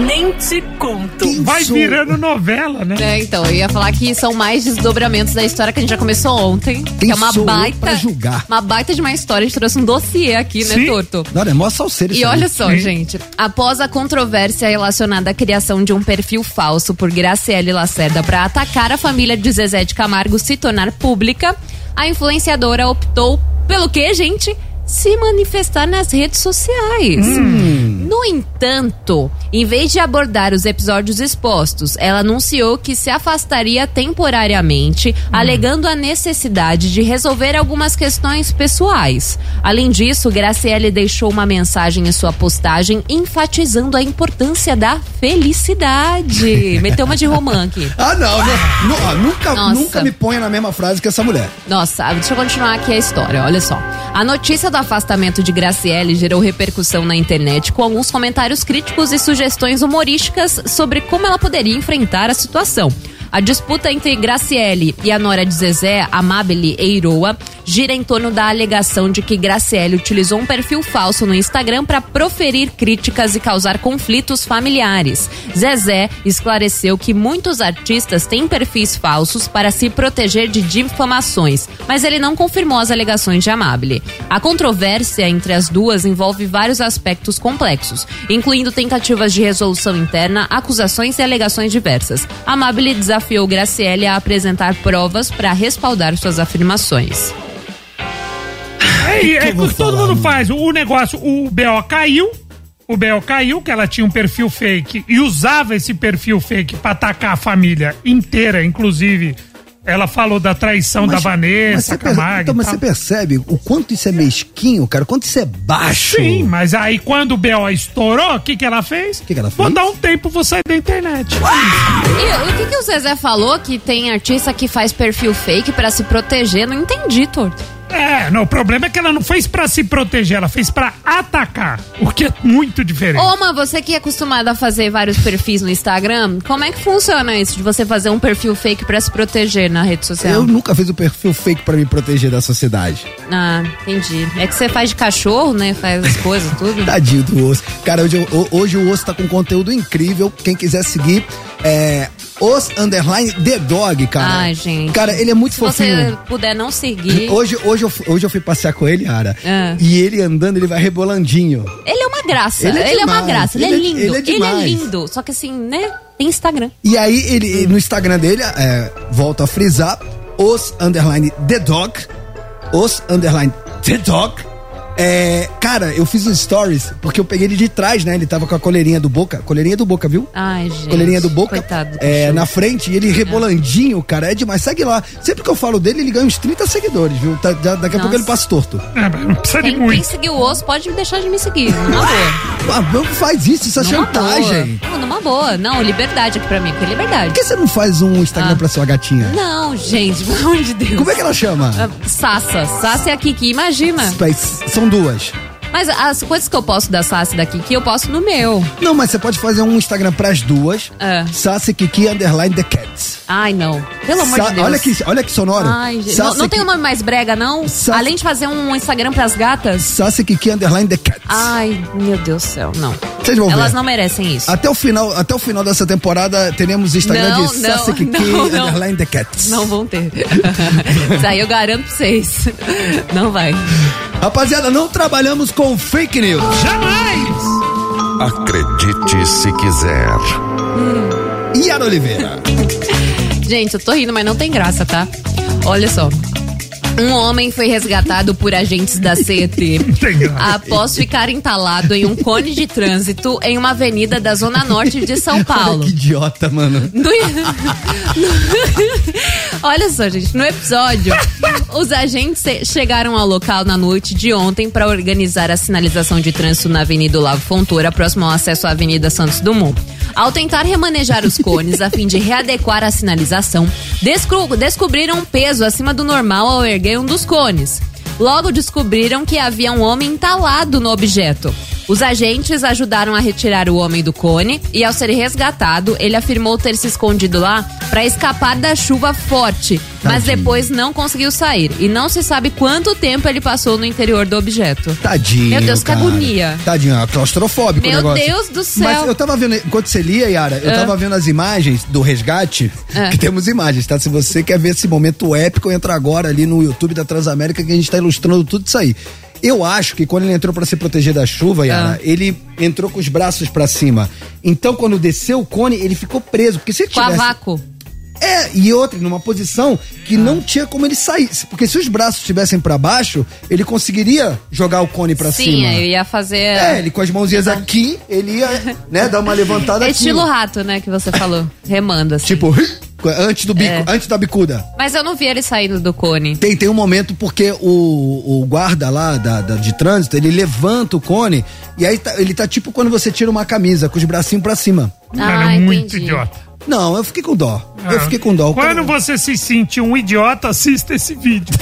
S11: Nem te conto.
S4: Vai virando novela, né?
S2: É, então, eu ia falar que são mais desdobramentos da história que a gente já começou ontem. que é uma
S3: sou eu
S2: baita.
S3: pra julgar?
S2: Uma baita de uma história. A gente trouxe um dossiê aqui, né, Torto?
S3: Não, é mó salseiro isso
S2: E
S3: aí.
S2: olha só, gente. Após a controvérsia relacionada à criação de um perfil falso por Graciele Lacerda para atacar a família de Zezé de Camargo se tornar pública, a influenciadora optou pelo quê, gente? Se manifestar nas redes sociais.
S3: Hum.
S2: No entanto, em vez de abordar os episódios expostos, ela anunciou que se afastaria temporariamente, alegando a necessidade de resolver algumas questões pessoais. Além disso, Graciele deixou uma mensagem em sua postagem enfatizando a importância da felicidade. Meteu uma de romã aqui.
S3: Ah, não, não, não, ó, nunca,
S2: É. Nossa.
S3: nunca me ponha na mesma frase que essa mulher.
S2: Nossa, deixa eu continuar aqui a história, olha só. A notícia do afastamento de Graciele gerou repercussão na internet com alguns comentários críticos e sugestões humorísticas sobre como ela poderia enfrentar a situação. A disputa entre Graciele e a nora de Zezé, Amabile Eiroa, gira em torno da alegação de que Graciele utilizou um perfil falso no Instagram para proferir críticas e causar conflitos familiares. Zezé esclareceu que muitos artistas têm perfis falsos para se proteger de difamações, mas ele não confirmou as alegações de Amabile. A controvérsia entre as duas envolve vários aspectos complexos, incluindo tentativas de resolução interna, acusações e alegações diversas. Amabile desafiou Graciele a apresentar provas para respaldar suas afirmações.
S4: É, é que todo mundo faz. O negócio, o BO caiu. O BO caiu, que ela tinha um perfil fake e usava esse perfil fake pra atacar a família inteira, inclusive. Ela falou da traição
S3: Mas-
S4: Então, da
S3: mas
S4: Vanessa
S3: você perce-
S4: Camargo.
S3: Então,
S4: e
S3: mas
S4: tal.
S3: você percebe o quanto isso é mesquinho, cara? O quanto isso é baixo?
S4: Sim, mas aí quando o BO estourou, o que, que ela fez? O que,
S3: ela
S4: Vou dar um tempo, vou sair da internet.
S2: E o que, que o Zezé falou que tem artista que faz perfil fake pra se proteger? Não entendi, Torto.
S4: É, não, o problema é que ela não fez pra se proteger, ela fez pra atacar, o que é muito diferente.
S2: Ô, Oma, você que é acostumada a fazer vários perfis no Instagram, como é que funciona isso de você fazer um perfil fake pra se proteger na rede social?
S3: Eu nunca fiz um perfil fake pra me proteger da sociedade.
S2: Ah, entendi. É que você faz de cachorro, né? Faz as coisas, tudo.
S3: Tadinho do osso. Cara, hoje, o- hoje o osso tá com conteúdo incrível. Quem quiser seguir, é os underline The Dog, cara.
S2: Ai, gente.
S3: Cara, ele é muito
S2: Se
S3: fofinho.
S2: você puder não seguir.
S3: Hoje, hoje, eu, fu- hoje eu fui passear com ele, Ara.
S2: Ah.
S3: E ele andando, ele vai rebolandinho.
S2: Ele é uma graça.
S3: Ele
S2: Ele
S3: é
S2: é, uma
S3: demais.
S2: graça. Ele,
S3: Ele é-
S2: é lindo.
S3: ele
S2: Ele
S3: é
S2: é,
S3: demais.
S2: lindo. Só que assim, né? Tem Instagram.
S3: E aí, ele no Instagram dele, é, volto a frisar, os underline The Dog. Os underline The Dog. É, cara, eu fiz os stories porque eu peguei ele de trás, né? Ele tava com a coleirinha do Boca. Coleirinha do Boca, viu?
S2: Ai, gente.
S3: Coleirinha do Boca.
S2: Coitado.
S3: É, na frente, e ele rebolandinho, cara, é demais. Segue lá. Sempre que eu falo dele, ele ganha uns 30 seguidores, viu? Tá- da- daqui a pouco ele passa torto.
S4: É, mas não precisa
S2: Quem, quem seguiu o osso pode deixar de me seguir. Numa boa.
S3: Ah, não faz isso, isso é
S2: Numa
S3: chantagem.
S2: boa. Não, numa boa. Não, liberdade aqui pra mim. Porque é liberdade.
S3: Por que você não faz um
S2: Ah.
S3: Instagram pra sua gatinha?
S2: Não, gente, pelo amor de Deus.
S3: Como é que ela chama?
S2: Ah, Sassa. Sassa é a Kiki, imagina.
S3: Peraí, São duas.
S2: Mas as coisas que eu posso da Sassa e da Kiki, eu posso no meu.
S3: Não, mas você pode fazer um Instagram pras duas.
S2: É.
S3: Sassi Kiki underline the cats.
S2: Ai, não. Pelo amor
S3: Sa-
S2: de Deus.
S3: Olha que, olha que sonoro.
S2: Ai, gente. Não,
S3: Sassi
S2: não tem um nome mais brega, não? Além de fazer um Instagram pras gatas?
S3: Sassi Kiki underline the cats.
S2: Ai, meu Deus do céu, não.
S3: Vocês vão ver.
S2: Elas não merecem isso.
S3: Até o final, até o final dessa temporada teremos Instagram
S2: Não,
S3: de
S2: não,
S3: Sassi Kiki
S2: não, não.
S3: underline the cats.
S2: Não vão ter. Isso aí eu garanto pra vocês. Não vai.
S3: Rapaziada, não trabalhamos com fake news.
S4: Jamais!
S1: Acredite se quiser.
S11: Hum.
S3: Yara Oliveira.
S2: Gente, eu tô rindo, mas não tem graça, tá? Olha só. Um homem foi resgatado por agentes da CET após ficar entalado em um cone de trânsito em uma avenida da zona norte de São Paulo.
S3: Olha que idiota, mano.
S2: No- no- Olha só, gente, no episódio, os agentes che- chegaram ao local na noite de ontem para organizar a sinalização de trânsito na Avenida Lago Fontoura, próximo ao acesso à Avenida Santos Dumont. Ao tentar remanejar os cones a fim de readequar a sinalização, descru- descobriram um peso acima do normal ao erguer um dos cones. Logo descobriram que havia um homem entalado no objeto. Os agentes ajudaram a retirar o homem do cone e, ao ser resgatado, ele afirmou ter se escondido lá para escapar da chuva forte, mas depois não conseguiu sair e não se sabe quanto tempo ele passou no interior do objeto.
S3: Tadinho.
S2: Meu Deus, que
S3: cara.
S2: agonia.
S3: Tadinho, é claustrofóbico o
S2: Meu
S3: negócio.
S2: Deus do céu.
S3: Mas eu tava vendo, enquanto você lia, Yara, eu
S2: Ah.
S3: tava vendo as imagens do resgate,
S2: Ah.
S3: que temos imagens, tá? Se você quer ver esse momento épico, entra agora ali no YouTube da Transamérica que a gente tá ilustrando tudo isso aí. Eu acho que quando ele entrou pra se proteger da chuva, Yara,
S2: Ah.
S3: ele entrou com os braços pra cima. Então, quando desceu o cone, ele ficou preso. Porque se ele
S2: Com a
S3: tivesse...
S2: vácuo.
S3: É, e outra, numa posição que
S2: Ah.
S3: não tinha como ele sair. Porque se os braços estivessem pra baixo, ele conseguiria jogar o cone pra
S2: Sim,
S3: cima.
S2: eu ia fazer.
S3: É, ele com as mãozinhas aqui, ele ia, né, dar uma levantada
S2: É
S3: aqui.
S2: Então. estilo rato, né, que você falou. Remando, assim.
S3: Tipo, antes do bico,
S2: É.
S3: antes da bicuda.
S2: Mas eu não vi ele saindo do cone.
S3: Tem, tem um momento porque o, o guarda lá da, da- de trânsito, ele levanta o cone e aí tá- ele tá tipo quando você tira uma camisa, com os bracinhos pra cima.
S4: Cara,
S2: Ah,
S4: é muito Ah. é
S2: entendi.
S4: idiota.
S3: Não, eu fiquei com dó. Eu fiquei com dó. Então, O cara-
S4: Quando você se sente um idiota, assista esse vídeo.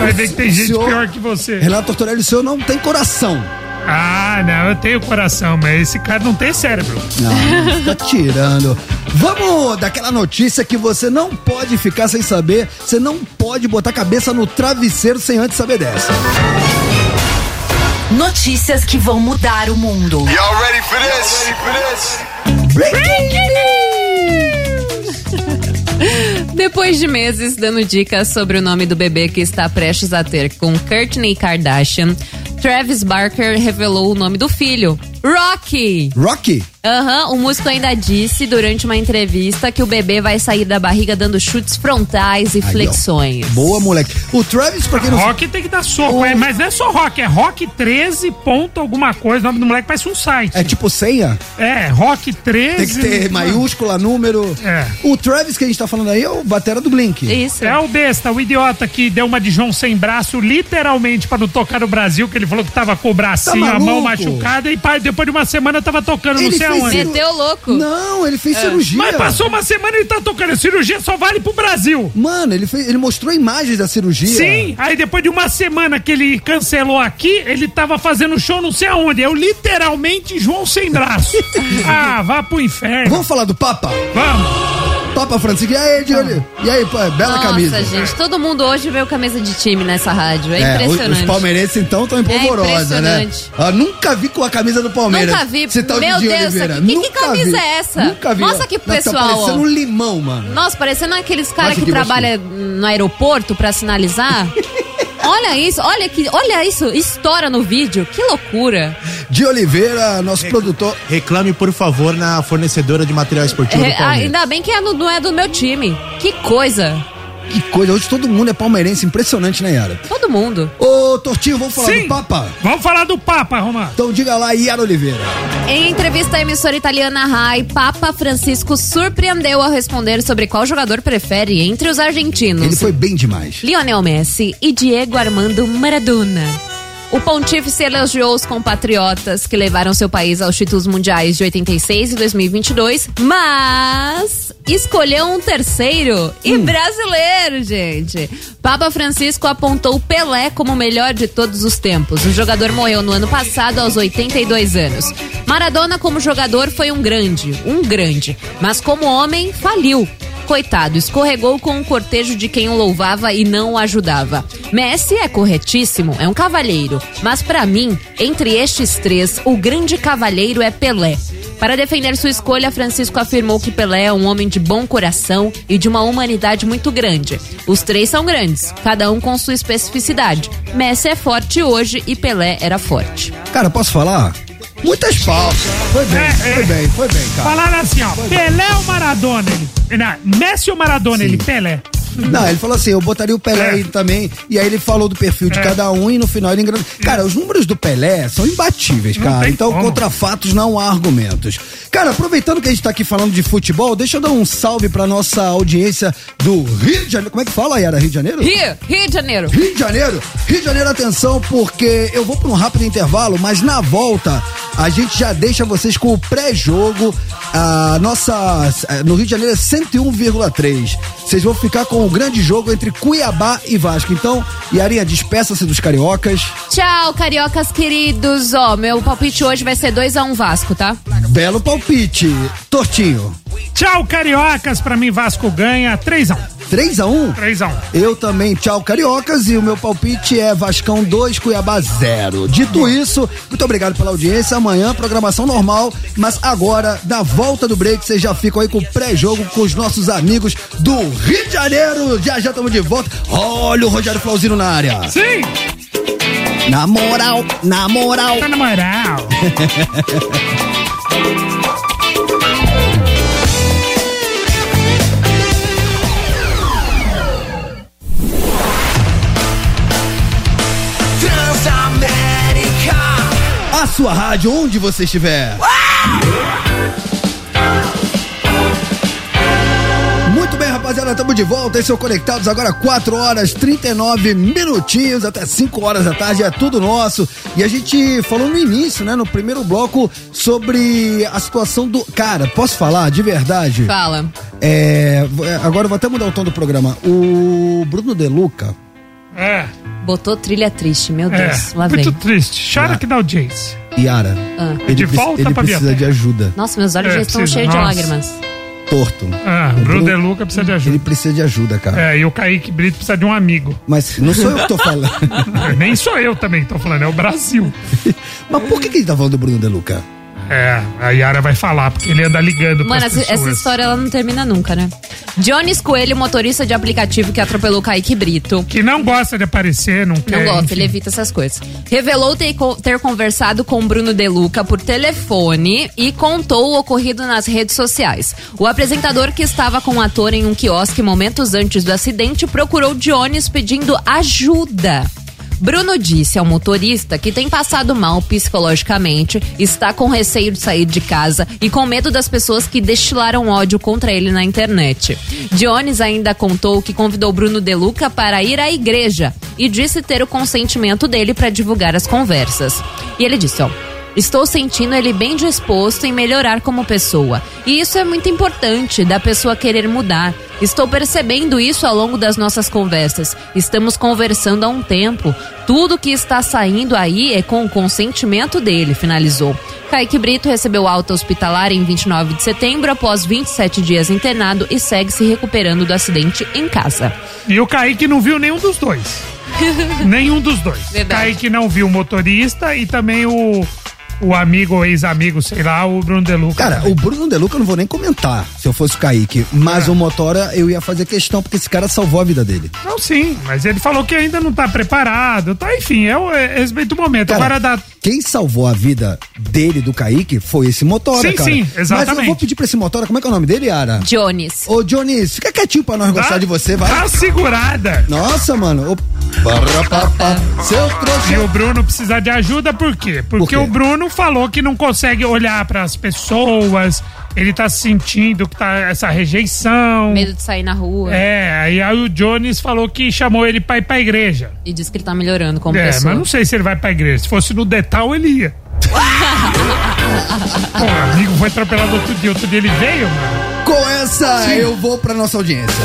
S4: Vai ver que tem gente
S3: senhor-
S4: pior que você.
S3: Renato Tortorelli, o senhor não tem coração.
S4: Ah, não, eu tenho coração, mas esse cara não tem cérebro.
S3: Não, tá tirando. Vamos daquela notícia que você não pode ficar sem saber, você não pode botar a cabeça no travesseiro sem antes saber dessa.
S11: Notícias que vão mudar o mundo.
S5: Y'all ready for this?
S2: Depois de meses dando dicas sobre o nome do bebê que está prestes a ter com Kourtney Kardashian, Travis Barker revelou o nome do filho, Rocky.
S3: Rocky,
S2: Aham, o músico ainda disse durante uma entrevista que o bebê vai sair da barriga dando chutes frontais e
S3: ó.
S2: flexões.
S3: boa moleque. O Travis, pra quem não sabe.
S4: Rock tem que dar soco, é, mas não é só rock, é rock 13 ponto alguma coisa. O nome do moleque parece um site.
S3: É tipo senha?
S4: É, rock 13.
S3: Tem que ter maiúscula, número.
S4: É.
S3: O Travis que a gente tá falando aí é o batera do Blink.
S2: Isso.
S4: É o besta, o idiota que deu uma de João sem braço, literalmente, pra não tocar no Brasil, que ele falou que tava com o bracinho, a mão
S3: Tá maluco?
S4: machucada, e pá, depois de uma semana tava tocando,
S3: Ele
S4: não sei
S3: fez
S4: é aonde. É.
S3: isso.
S2: Meteu É. o louco.
S3: Não, ele fez cirurgia.
S4: Mas passou uma semana e ele tá tocando. A cirurgia só vale pro Brasil.
S3: Mano, ele, fez, ele mostrou imagens da cirurgia.
S4: Sim, aí depois de uma semana que ele cancelou aqui, ele tava fazendo show não sei aonde. Eu literalmente João sem braço. ah, vá pro inferno.
S3: Vamos falar do Papa?
S4: Vamos.
S3: topa, Francisco. E aí, Dione? E aí, pô, é bela
S2: Nossa,
S3: camisa.
S2: gente, todo mundo hoje veio camisa de time nessa rádio. É,
S3: É, o-
S2: impressionante. É
S3: Os palmeirenses, então, estão em polvorosa, né?
S2: impressionante.
S3: Ah, nunca vi com a camisa do Palmeiras. tá
S2: Nunca vi.
S3: Esse tal de
S2: Meu
S3: Di
S2: Deus,
S3: Oliveira.
S2: aqui- que- que
S3: Nunca
S2: camisa
S3: vi.
S2: é essa?
S3: Nunca vi.
S2: Mostra aqui pro
S3: Nossa, Tá
S2: pessoal,
S3: parecendo
S2: ó.
S3: um limão, mano.
S2: Nossa, parecendo é aqueles caras
S3: Mostra
S2: que,
S3: aqui,
S2: trabalham no aeroporto pra sinalizar. olha isso, olha que, olha isso, estoura no vídeo. Que loucura.
S3: De Oliveira, nosso produtor.
S12: Reclame, por favor, na fornecedora de material esportivo
S2: É,
S12: do Palmeiras.
S2: ainda bem que é no- não é do meu time. Que coisa.
S3: Que coisa. Hoje todo mundo é palmeirense. Impressionante, né, Yara?
S2: Todo mundo.
S3: Ô, Tortinho, vamos falar
S4: Sim.
S3: do Papa?
S4: Vamos falar do Papa, Romano.
S3: Então diga lá, Yara Oliveira.
S2: Em entrevista à emissora italiana RAI, Papa Francisco surpreendeu ao responder sobre qual jogador prefere entre os argentinos.
S3: Ele foi bem demais.
S2: Lionel Messi e Diego Armando Maradona. O pontífice elogiou os compatriotas que levaram seu país aos títulos mundiais de 86 e 2022, mas escolheu um terceiro e brasileiro, gente. Papa Francisco apontou Pelé como o melhor de todos os tempos. O jogador morreu no ano passado aos 82 anos. Maradona como jogador foi um grande, um grande, mas como homem faliu. Coitado, escorregou com o cortejo de quem o louvava e não o ajudava. Messi é corretíssimo, é um cavalheiro. Mas pra mim, entre estes três, o grande cavalheiro é Pelé. Para defender sua escolha, Francisco afirmou que Pelé é um homem de bom coração e de uma humanidade muito grande. Os três são grandes, cada um com sua especificidade. Messi é forte hoje e Pelé era forte.
S3: Cara, posso falar? Muitas faltas. Foi bem,
S12: É,
S3: foi bem, foi bem, cara. é.
S4: Falaram assim, ó, Pelé ou Maradona? Ele, não, Messi ou Maradona? Ele, Pelé.
S3: Não, ele falou assim, eu botaria o Pelé
S4: É.
S3: aí também. E aí ele falou do perfil de cada um e no final ele engrandou. Cara, os números do Pelé são imbatíveis,
S4: É. Não
S3: cara.
S4: tem
S3: Então,
S4: como.
S3: contra fatos não há argumentos. Cara, aproveitando que a gente tá aqui falando de futebol, deixa eu dar um salve pra nossa audiência do Rio de Janeiro. Como é que fala, Yara? Rio de Janeiro?
S2: Rio, Rio de Janeiro.
S3: Rio de Janeiro, Rio de Janeiro, atenção, porque eu vou para um rápido intervalo, mas na volta a gente já deixa vocês com o pré-jogo. A nossa. eh, No Rio de Janeiro é 101,3. Vocês vão ficar com o grande jogo entre Cuiabá e Vasco. Então, Iarinha, despeça-se dos cariocas.
S2: Tchau, cariocas queridos. Ó, meu palpite hoje vai ser 2 a 1 um Vasco, tá?
S3: Belo palpite. Tortinho.
S4: Tchau, Cariocas. Pra mim, Vasco ganha 3x1.
S3: 3x1?
S4: 3x1.
S3: Eu também, tchau, cariocas. E o meu palpite é Vascão 2, Cuiabá 0. Dito isso, muito obrigado pela audiência. Amanhã, programação normal. Mas agora, na volta do break, vocês já ficam aí com o pré-jogo com os nossos amigos do Rio de Janeiro. Já já estamos de volta. Olha o Rogério Flauzino na área.
S4: Sim!
S3: Na moral, na moral.
S4: Tá Na moral.
S5: Transamérica.
S3: A sua rádio, onde você estiver. Muito bem, rapaziada, estamos de volta. Esse é o Conectados agora 4 horas 39 minutinhos, até 5 horas da tarde, é tudo nosso. E a gente falou no início, né, no primeiro bloco, sobre a situação do. Cara, posso falar de verdade?
S2: Fala.
S3: É, v- agora eu vou até mudar o tom do programa. O Bruno Deluca.
S4: É.
S2: Botou trilha triste, meu
S4: É,
S2: Deus. Lá vem.
S4: muito triste. Chora que dá audiência.
S3: Yara,
S2: Ah.
S3: Ah. ele,
S4: De
S3: preci-
S4: volta
S3: ele
S4: pra
S3: precisa
S4: minha
S3: de ajuda.
S2: Nossa, meus olhos
S4: É,
S2: já estão
S4: precisa.
S2: cheios de
S4: Nossa.
S2: lágrimas.
S3: Torto.
S4: Ah,
S3: O
S4: Bruno De Luca precisa de ajuda.
S3: Ele precisa de ajuda, cara.
S4: É, e o Kaique Brito precisa de um amigo.
S3: Mas não sou eu que tô falando.
S4: Nem sou eu também que tô falando, é o Brasil.
S3: Mas por que, que ele tá falando do Bruno De Luca?
S4: É, a Yara vai falar, porque ele anda ligando
S2: Mano,
S4: pras
S2: essa,
S4: pessoas.
S2: essa história ela não termina nunca, né? Jones Coelho, motorista de aplicativo que atropelou Kaique Brito.
S4: Que não gosta de aparecer, não
S2: Não
S4: quer.
S2: gosta,
S4: enfim.
S2: ele evita essas coisas. Revelou ter, co- ter conversado com Bruno Deluca por telefone e contou o ocorrido nas redes sociais. O apresentador que estava com o ator em um quiosque momentos antes do acidente procurou Jones pedindo ajuda. Bruno disse ao motorista que tem passado mal psicologicamente, está com receio de sair de casa e com medo das pessoas que destilaram ódio contra ele na internet. Jones ainda contou que convidou Bruno Deluca para ir à igreja e disse ter o consentimento dele para divulgar as conversas. E ele disse, ó. Estou sentindo ele bem disposto em melhorar como pessoa. E isso é muito importante, da pessoa querer mudar. Estou percebendo isso ao longo das nossas conversas. Estamos conversando há um tempo. Tudo que está saindo aí é com o consentimento dele, finalizou. Kaique Brito recebeu alta hospitalar em 29 de setembro, após 27 dias internado e segue se recuperando do acidente em casa.
S4: E o Kaique não viu nenhum dos dois. nenhum dos dois.
S2: Verdade.
S4: Kaique não viu o motorista e também o, o amigo, ou ex-amigo, sei lá, o Bruno Deluca.
S3: Cara, o Bruno Deluca eu não vou nem comentar se eu fosse o Kaique,
S4: É.
S3: mas o Motora eu ia fazer questão porque esse cara salvou a vida dele.
S4: Não, sim, mas ele falou que ainda não tá preparado. Tá, enfim, é o é, respeito do momento.
S3: Cara,
S4: Agora dá.
S3: Quem salvou a vida dele do Kaique foi esse Motora,
S4: Sim,
S3: cara.
S4: sim,
S3: Mas eu vou
S4: exatamente.
S3: pedir pra esse Motora, como é que é o nome dele, Ara?
S2: Jones.
S3: Ô, Jones, fica quietinho pra nós gostar de você, vai.
S4: Dá uma segurada.
S3: Nossa, mano. Ô, barra, pá, pá. Seu trouxa.
S4: E o Bruno precisa de ajuda, por quê? Porque o Bruno falou que não consegue olhar pras pessoas, ele tá sentindo que tá essa rejeição.
S2: Medo de sair na rua.
S4: É, aí, aí o Jones falou que chamou ele pra ir pra igreja.
S2: E disse que ele tá melhorando como
S4: é,
S2: pessoa.
S4: mas não sei se ele vai pra igreja. Se fosse no Detal, ele ia. Pô, o amigo foi atropelado outro dia, outro dia ele veio, mano.
S3: Com essa,
S4: Sim.
S3: eu vou pra nossa audiência.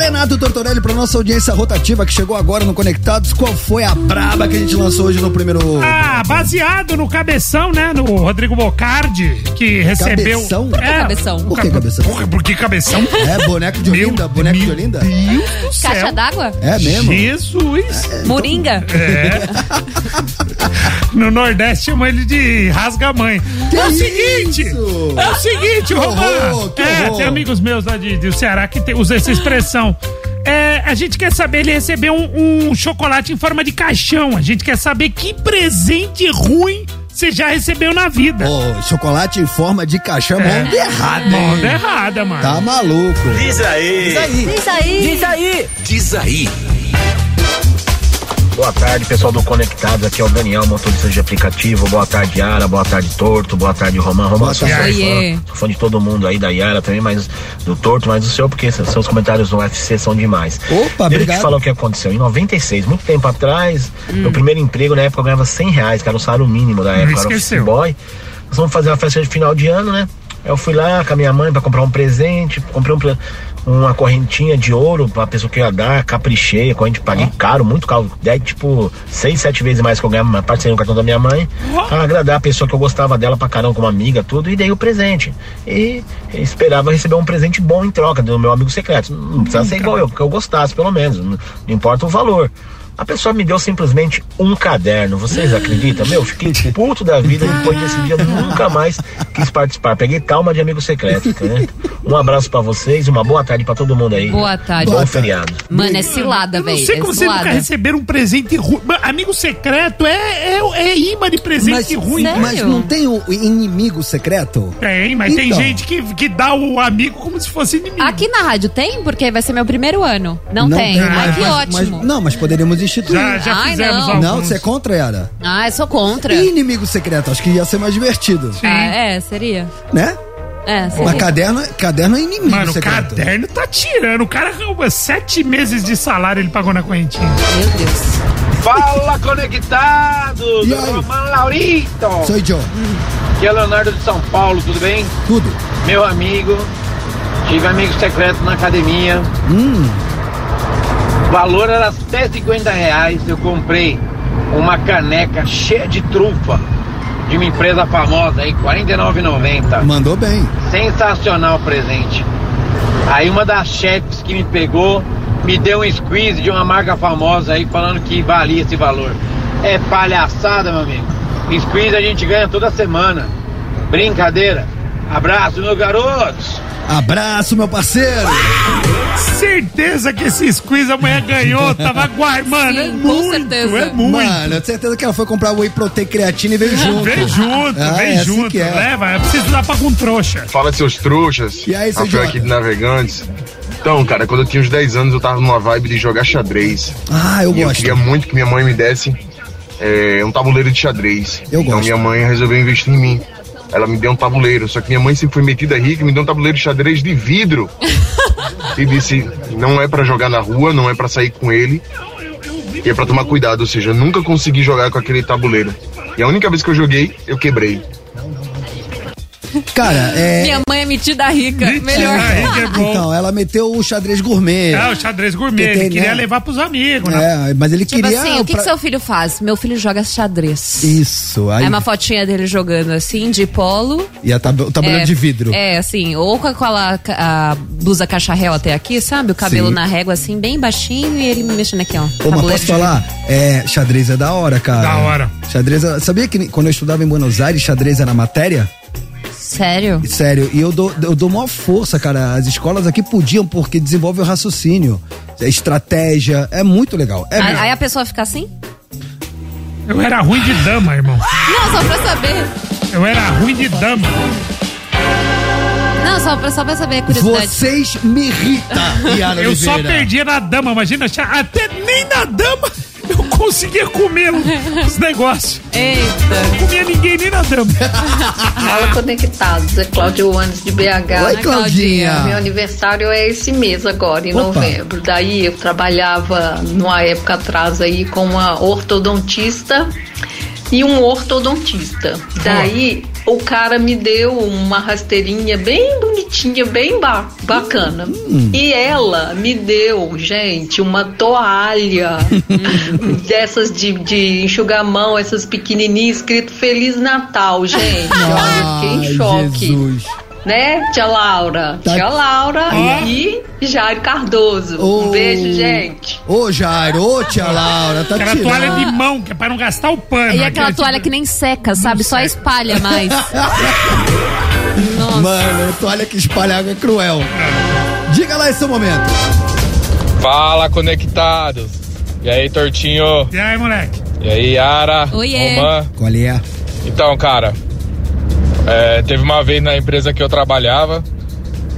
S3: Renato Tortorelli pra nossa audiência rotativa que chegou agora no Conectados. Qual foi a braba que a gente lançou hoje no primeiro.
S4: Ah, baseado no cabeção, né? No Rodrigo Bocardi, que recebeu.
S3: Cabeção?
S2: Por que cabeção?
S4: o
S3: Por que cabeção?
S4: Porra, por que cabeção?
S3: É, boneco de Olinda, boneco de Olinda?
S2: Caixa d'água?
S3: É mesmo? então.
S4: Jesus!
S2: Moringa?
S4: É. No Nordeste chamam ele de rasga-mãe. É o seguinte! É o seguinte,
S3: Que horror,
S4: Romano!
S3: que
S4: É,
S3: horror.
S4: tem amigos meus lá de, do Ceará que tem, usam essa expressão. É, a gente quer saber, ele recebeu um, um chocolate em forma de caixão. A gente quer saber que presente ruim você já recebeu na vida.
S3: Ô, chocolate em forma de caixão, é. onda errada, hein?
S4: Onda errada, mano.
S3: Tá maluco.
S5: Diz aí.
S3: Diz aí.
S11: Diz aí. Diz aí.
S5: Diz aí.
S13: Boa tarde, pessoal do Conectados. Aqui é o Daniel, motorista de aplicativo. Boa tarde, Yara. Boa tarde, Torto. Boa tarde, Romão. Romão,
S3: Boa
S13: sou seu
S3: tarde.
S13: fã.
S3: Oiê.
S13: Sou fã de todo mundo aí, da Yara também, mas do Torto, mas do seu, porque seus comentários no UFC são demais.
S3: Opa,
S13: Deixa eu
S3: obrigado.
S13: te falar o que aconteceu. Em 96, muito tempo atrás, meu primeiro emprego na época eu ganhava 100 reais, que era o salário mínimo da época. eu Era
S4: esqueceu.
S13: office boy. Nós vamos fazer uma festa de final de ano, né? Aí Eu fui lá com a minha mãe pra comprar um presente, comprei um pre- uma correntinha de ouro pra pessoa que ia dar, caprichei, a corrente paguei caro, muito caro, dez, tipo, seis, sete vezes mais que eu ganhava, mas participei no cartão da minha mãe, pra agradar a pessoa que eu gostava dela pra caramba, como amiga, tudo, e dei o presente. E esperava receber um presente bom em troca do meu amigo secreto. Não precisava ser igual eu, porque eu gostasse, pelo menos, não não importa o valor. A pessoa me deu simplesmente um caderno. Vocês acreditam? Meu, fiquei puto da vida depois desse dia. Nunca mais quis participar. Peguei calma de amigo secreto. Né? Um abraço pra vocês, uma boa tarde pra todo mundo aí.
S2: Boa tarde.
S13: Bom
S2: Boa
S13: feriado.
S2: Mano, é cilada,
S4: Eu
S2: velho.
S4: não sei
S2: é
S4: como você
S2: cilada.
S4: nunca receber um presente ruim. Mano, Amigo secreto é, é, é imã de presente ruim. né?
S3: mas não tem o inimigo secreto?
S4: Tem, mas tem
S3: Então.
S4: gente que, que dá o amigo como se fosse inimigo.
S2: Aqui na rádio tem? Porque vai ser meu primeiro ano. Não, tem. Ai,
S3: mas-
S2: que
S3: mas-
S2: ótimo.
S3: não, mas poderíamos instituir.
S4: Já- já
S2: Ai, fizemos não.
S3: não.
S2: alguns.
S3: Não, você é contra, Yara?
S2: Ah, eu sou contra.
S3: Inimigo secreto, acho que ia ser mais divertido.
S2: Ah, é, seria.
S3: Né?
S2: É, seria.
S3: Mas caderno, caderno é inimigo
S4: Mano, o
S3: secreto.
S4: caderno tá tirando. O cara rouba sete meses de salário, ele pagou na correntinha.
S2: Meu Deus.
S10: Fala, conectados!
S3: E aí?
S10: Romano Laurito!
S3: Sou John.
S10: Aqui é Leonardo de São Paulo, tudo bem?
S3: Tudo.
S10: Meu amigo, tive amigo secreto na academia.
S3: Hum.
S10: O valor era até 50 reais. Eu comprei uma caneca cheia de trufa de uma empresa famosa aí, R$ 49,90.
S3: Mandou bem.
S10: Sensacional o presente. Aí uma das chefes que me pegou me deu um squeeze de uma marca famosa aí falando que valia esse valor. É palhaçada, meu amigo. Squeeze a gente ganha toda semana. Brincadeira. Abraço, meu garoto.
S3: Abraço, meu parceiro.
S4: Certeza que esse squeeze amanhã ganhou. Tava aguardando. Mano, é
S2: Sim, com
S4: muito,
S2: certeza.
S4: é muito.
S3: Mano, eu tenho certeza que ela foi comprar whey protein creatina e veio junto.
S4: Vem junto,
S3: Ah,
S4: vem
S3: é assim
S4: junto.
S3: que é.
S4: Leva, eu preciso dar pra algum trouxa.
S14: Fala seus trouxas.
S3: E aí, seu
S14: Rafael
S3: idiota?
S14: aqui de Navegantes. Então, cara, quando eu tinha uns 10 anos, eu tava numa vibe de jogar xadrez.
S3: Ah, eu
S14: e Eu
S3: gosto.
S14: queria muito que minha mãe me desse é, um tabuleiro de xadrez.
S3: Eu
S14: então
S3: gosto.
S14: minha mãe resolveu investir em mim. Ela me deu um tabuleiro, só que minha mãe sempre foi metida rica e me deu um tabuleiro de xadrez de vidro. e disse, não é pra jogar na rua, não é pra sair com ele. E é pra tomar cuidado, ou seja, eu nunca consegui jogar com aquele tabuleiro. E a única vez que eu joguei, eu quebrei.
S3: Cara, é.
S2: Minha mãe é metida rica. Melhor.
S3: Então, ela meteu o xadrez gourmet.
S4: É, o xadrez gourmet.
S3: Porque tem,
S4: ele queria
S3: né?
S4: levar pros amigos, né?
S3: É, mas ele
S2: Tipo
S3: queria.
S2: assim, o que,
S3: pra-
S2: que seu filho faz? Meu filho joga xadrez.
S3: Isso, aí.
S2: É uma fotinha dele jogando assim, de polo.
S3: E a tab... o tabuleiro
S2: É,
S3: de vidro.
S2: É, assim, ou com aquela ca- a blusa cacharel até aqui, sabe? O cabelo
S3: Sim.
S2: na régua, assim, bem baixinho, e ele mexendo aqui, ó.
S3: Ô, mas
S2: Tabuleiro
S3: posso
S2: de-
S3: falar? É, xadrez é da hora, cara.
S4: Da hora.
S3: Xadrez, é- sabia que quando eu estudava em Buenos Aires, xadrez era matéria?
S2: Sério?
S3: Sério, e eu dou, eu dou maior força, cara. As escolas aqui podiam, porque desenvolve o raciocínio, a estratégia. É muito legal. É
S2: aí, aí a pessoa fica assim?
S4: Eu era ruim de dama, irmão.
S2: Não, só pra saber.
S4: Eu era ruim de dama.
S2: Não, só pra, só pra saber, curiosidade.
S3: Vocês me irritam, Yara
S4: Eu só
S3: Oliveira.
S4: perdia na dama, imagina. cha- Até nem na dama eu conseguia comer um, os negócios.
S2: Eita.
S4: Não comia ninguém nem na dama.
S15: Fala conectados, é Cláudio Andes de BH.
S4: Oi, Claudinha.
S15: Meu aniversário é esse mês agora, em
S16: Opa.
S15: novembro. Daí eu trabalhava numa época atrás aí com uma ortodontista e um ortodontista. Daí o cara me deu uma rasteirinha bem bonitinha, bem ba- bacana.
S3: Hum.
S15: E ela me deu, gente, uma toalha hum, dessas de, de enxugar a mão, essas pequenininhas, escrito Feliz Natal, gente. Olha, fiquei em
S4: um
S15: choque. Né, tia Laura?
S3: Tá
S15: Tia Laura e Jair Cardoso. Um beijo, gente.
S3: Ô, Jairo, ô, tia Laura, tá
S4: Aquela
S3: tirando.
S4: toalha de mão, que é pra não gastar o pano.
S2: E aquela toalha que nem seca, sabe? Só espalha mais.
S3: Mano, toalha que espalha água é cruel. Diga lá esse seu momento.
S17: Fala, conectados. E aí, Tortinho?
S4: E aí, moleque?
S17: E aí, Yara?
S4: Oiê.
S17: Romã?
S3: Qual é?
S17: Então, cara, é, teve uma vez na empresa que eu trabalhava,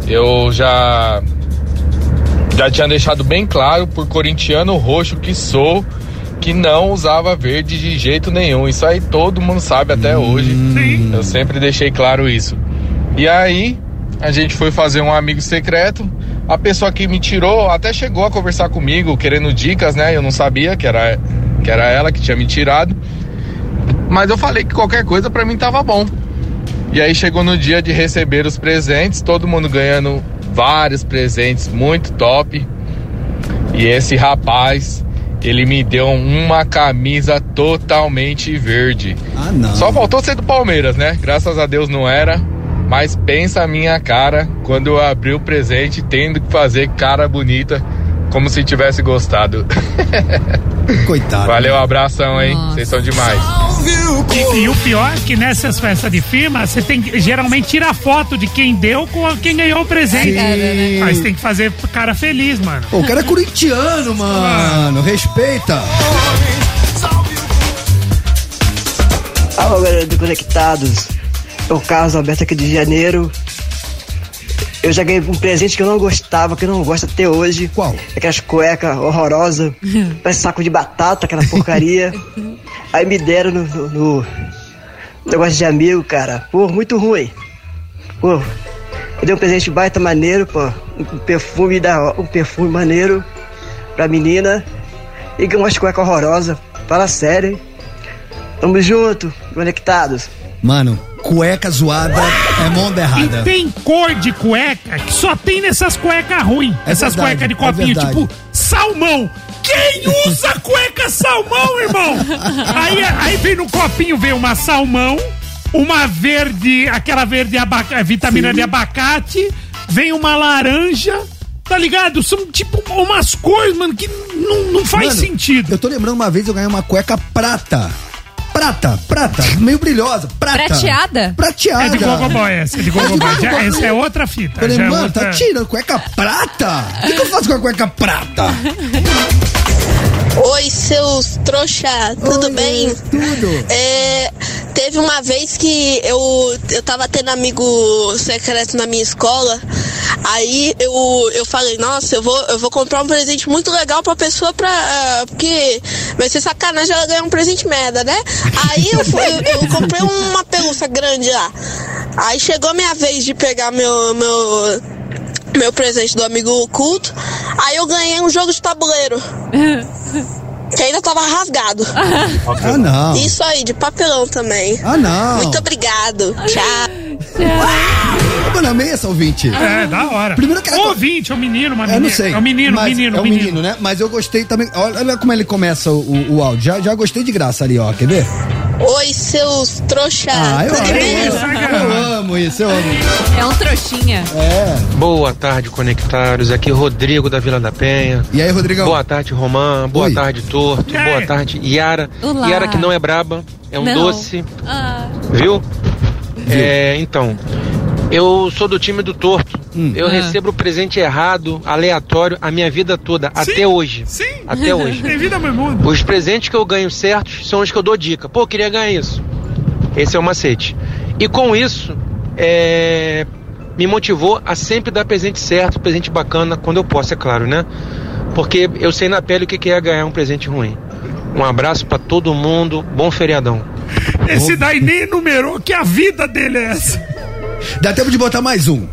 S17: eu já já tinha deixado bem claro por corintiano roxo que sou que não usava verde de jeito nenhum. Isso aí todo mundo sabe até
S3: Hum.
S17: hoje. Eu sempre deixei claro isso. E aí a gente foi fazer um amigo secreto. A pessoa que me tirou até chegou a conversar comigo querendo dicas, né? Eu não sabia que era que era ela que tinha me tirado. Mas eu falei que qualquer coisa pra mim tava bom. E aí chegou no dia de receber os presentes, todo mundo ganhando vários presentes, muito top. E esse rapaz, ele me deu uma camisa totalmente verde.
S3: Ah, não.
S17: Só faltou ser do Palmeiras, né? Graças a Deus não era. Mas pensa a minha cara quando eu abri o presente, tendo que fazer cara bonita, como se tivesse gostado.
S3: Coitado. né?
S17: Valeu, abração, hein? Vocês são demais.
S4: E, e o pior é que nessas festas de firma, você tem que geralmente tirar foto de quem deu com a- quem ganhou o presente.
S3: Sim.
S4: Mas tem que fazer pro cara feliz, mano.
S3: Pô, o cara é corintiano, mano. Respeita.
S18: Alô, galera do Conectados. É o Carlos Alberto aqui de Janeiro. Eu já ganhei um presente que eu não gostava, que eu não gosto até hoje.
S3: Qual?
S18: Aquelas cuecas horrorosas, parece saco de batata, aquela porcaria. Aí me deram no, no- no negócio de amigo, cara. Pô, muito ruim. Pô, eu dei um presente baita maneiro, pô. Um perfume, da, um perfume maneiro pra menina. E ganhei umas cuecas horrorosas. Fala sério, hein? Tamo junto, conectados.
S3: Mano, cueca zoada é mão errada.
S4: E tem cor de cueca que só tem nessas cuecas ruins.
S3: É
S4: essas
S3: verdade,
S4: cuecas de
S3: é
S4: copinho,
S3: verdade.
S4: tipo salmão. Quem usa cueca salmão, irmão? aí, aí vem no copinho, vem uma salmão, uma verde, aquela verde abaca, é vitamina de abacate, vem uma laranja, tá ligado? São tipo umas cores, mano, que não, não faz
S3: Mano,
S4: sentido.
S3: Eu tô lembrando uma vez eu ganhei uma cueca prata. Prata, prata, meio brilhosa, prata.
S2: Prateada?
S3: Prateada.
S4: É de gogoboy essa, é de gogoboy. Já- essa é outra fita,
S3: Falei,
S4: já é
S3: mano, tá
S4: outra-
S3: tirando cueca prata? O que, que eu faço com a cueca prata?
S19: Oi, seus trouxa, tudo bem?
S3: Tudo.
S19: É, teve uma vez que eu, eu tava tendo amigo secreto na minha escola, aí eu, eu falei, nossa, eu vou, eu vou comprar um presente muito legal pra pessoa pra. ah, porque vai ser sacanagem ela ganhar um presente merda, né? Aí eu, fui- eu, eu comprei uma pelúcia grande lá. Aí chegou a minha vez de pegar meu. meu meu presente do amigo oculto, aí eu ganhei um jogo de tabuleiro. Que ainda tava rasgado.
S3: Ah, não.
S19: Isso aí, de papelão também.
S3: Ah, não.
S19: Muito obrigado. Tchau.
S3: Como na meia, essa ouvinte?
S4: É, da hora.
S3: Primeiro que ela-
S4: Ouvinte, é um menino, uma menina.
S3: Eu não sei.
S4: É um menino,
S3: mas-
S4: menino,
S3: É um
S4: menino.
S3: menino, né? Mas eu gostei também. Olha, olha como ele começa o, o, o áudio. Já, já gostei de graça ali, ó. Quer ver?
S19: Oi, seus trouxa.
S3: Ah, eu é
S19: Tudo bem?
S3: Eu amo isso, eu amo.
S2: É um trouxinha.
S3: É.
S16: Boa tarde, conectários. Aqui é Rodrigo da Vila da Penha.
S3: E aí, Rodrigão?
S16: Boa tarde, Romã. Boa tarde, Torto.
S2: E aí?
S16: Boa tarde, Yara.
S2: Olá.
S16: Yara que não é braba, é um
S2: Não.
S16: doce,
S2: Ah.
S16: viu? É, então, eu sou do time do Torto. Eu
S4: Hum.
S2: Ah.
S16: recebo o presente errado, aleatório, a minha vida toda, até hoje.
S4: Sim.
S16: Até hoje.
S4: Tem vida meu mundo.
S16: Os presentes que eu ganho certos são os que eu dou dica. Pô, eu queria ganhar isso. Esse é o macete. E com isso, é, me motivou a sempre dar presente certo, presente bacana, quando eu posso, é claro, né? Porque eu sei na pele o que que é ganhar um presente ruim. Um abraço pra todo mundo, bom feriadão.
S4: Esse daí nem enumerou que a vida dele é essa.
S3: Dá tempo de botar mais um.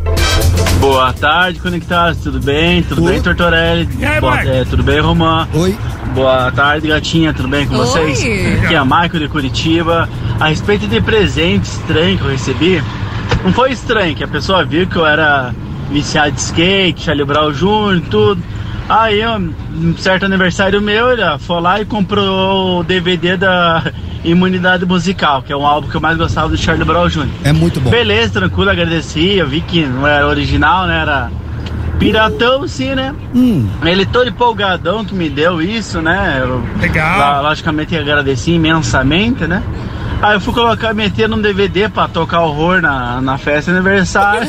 S20: Boa tarde, conectados, tudo bem? Tudo bem, Tortorelli?
S3: E aí,
S20: Boa-
S3: Mike?
S20: é, tudo bem, Romã?
S3: Oi.
S20: Boa tarde, gatinha, tudo bem com
S21: Oi.
S20: vocês? Aqui é Maico de Curitiba. A respeito de presente estranho que eu recebi, não foi estranho, que a pessoa viu que eu era viciado de skate, Charlie Brown Jr. e tudo. Aí, ó, um certo aniversário meu, ele ó, foi lá e comprou o DVD da Imunidade Musical, que é um álbum que eu mais gostava do Charlie Brown Jr.
S3: É muito bom.
S20: Beleza, tranquilo, agradeci. Eu vi que não era original, né? Era piratão, sim, né? Ele todo empolgadão que me deu isso, né? Eu,
S4: Legal.
S20: logicamente agradeci imensamente, né? Aí eu fui colocar, meter num DVD pra tocar horror na, na festa de aniversário.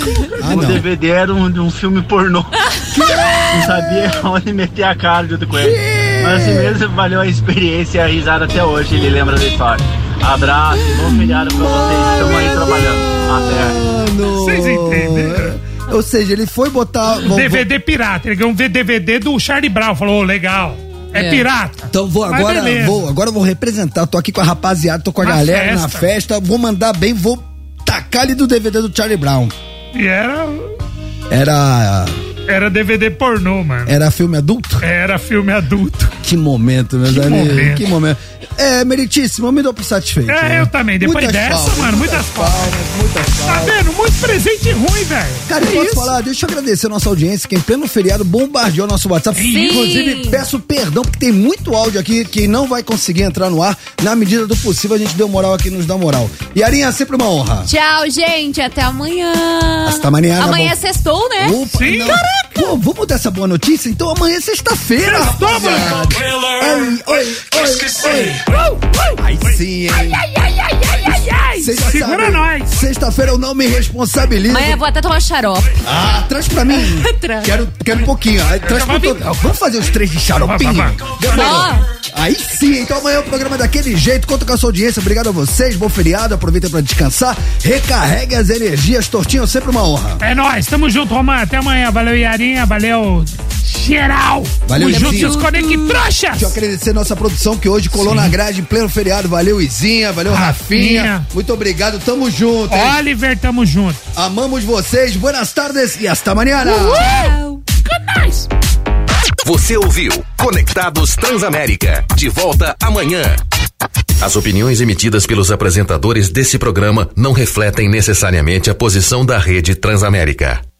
S20: o DVD era um, de um filme pornô. não sabia onde meter a cara junto com ele. Mas assim mesmo valeu a experiência e a risada até hoje, ele lembra da história. Abraço, bom feriado pra vocês que estão aí trabalhando. Até.
S4: Vocês entenderam?
S3: É, Ou seja, ele foi botar. Tá vou-
S4: DVD pirata. Ele ganhou um DVD do Charlie Brown. Falou, ô, legal. É, pirata.
S3: Então vou
S4: Mas
S3: agora,
S4: beleza.
S3: vou, agora eu vou representar. Tô aqui com a rapaziada, tô com a
S4: Na
S3: galera na
S4: festa.
S3: festa. Vou mandar bem, vou tacar ali do DVD do Charlie Brown.
S4: E era,
S3: Era.
S4: era DVD pornô, mano.
S3: Era filme adulto?
S4: Era filme adulto.
S3: Que momento, meus
S4: Que
S3: amigos.
S4: momento.
S3: Que momento. É, meritíssimo, eu me dou por satisfeito.
S4: É,
S3: né?
S4: eu também. Depois
S3: Muitas
S4: dessa,
S3: palmas,
S4: mano, muitas palmas. Tá vendo? Muito presente ruim, velho.
S3: Cara, eu
S4: Que
S3: posso
S4: isso?
S3: falar? Deixa eu agradecer a nossa audiência, que em pleno feriado bombardeou nosso WhatsApp.
S4: Sim.
S3: Inclusive, peço perdão, porque tem muito áudio aqui que não vai conseguir entrar no ar. Na medida do possível, a gente deu moral aqui, nos dá moral. E Arinha, é sempre uma honra.
S2: Tchau, gente. Até amanhã.
S3: Hasta amanhã,
S2: Amanhã é
S3: Gabo.
S2: sextou, né?
S3: Opa, não. Pô, vamos dar essa boa notícia? Então amanhã é sexta-feira.
S2: Sextou,
S3: rapaziada.
S2: moleque.
S3: Ai, oi, oi, oi. Aí sim, hein? Vocês já
S2: Segura
S3: sabem,
S2: nós.
S3: Sexta-feira eu não me responsabilizo.
S2: Amanhã é eu vou até tomar xarope.
S3: Ah, traz pra mim.
S2: Traz.
S3: Quero, quero um pouquinho. Aí, traz pra todo- Vamos fazer os três de xaropinho?
S4: Vai, vai,
S3: Demorou. Aí sim, então amanhã o programa é daquele jeito. Conto com a sua audiência. Obrigado a vocês. Bom feriado. Aproveitem pra descansar. Recarregue as energias. Tortinho, sempre uma honra.
S4: É nóis, tamo junto, Romã. Até amanhã. Valeu, Iarinha. Valeu, geral.
S3: Valeu,
S4: tamo junto,
S3: Izinho.
S4: seus conectrouxas.
S3: Deixa eu agradecer nossa produção que hoje colou
S4: Sim.
S3: na grade em pleno feriado. Valeu, Izinha. Valeu, Rafinha.
S4: Rafinha.
S3: Muito obrigado. Tamo junto. hein?
S4: Oliver, tamo junto.
S3: Amamos vocês. Buenas tardes e hasta mañana.
S22: Você ouviu Conectados Transamérica. De volta amanhã. As opiniões emitidas pelos apresentadores desse programa não refletem necessariamente a posição da Rede Transamérica.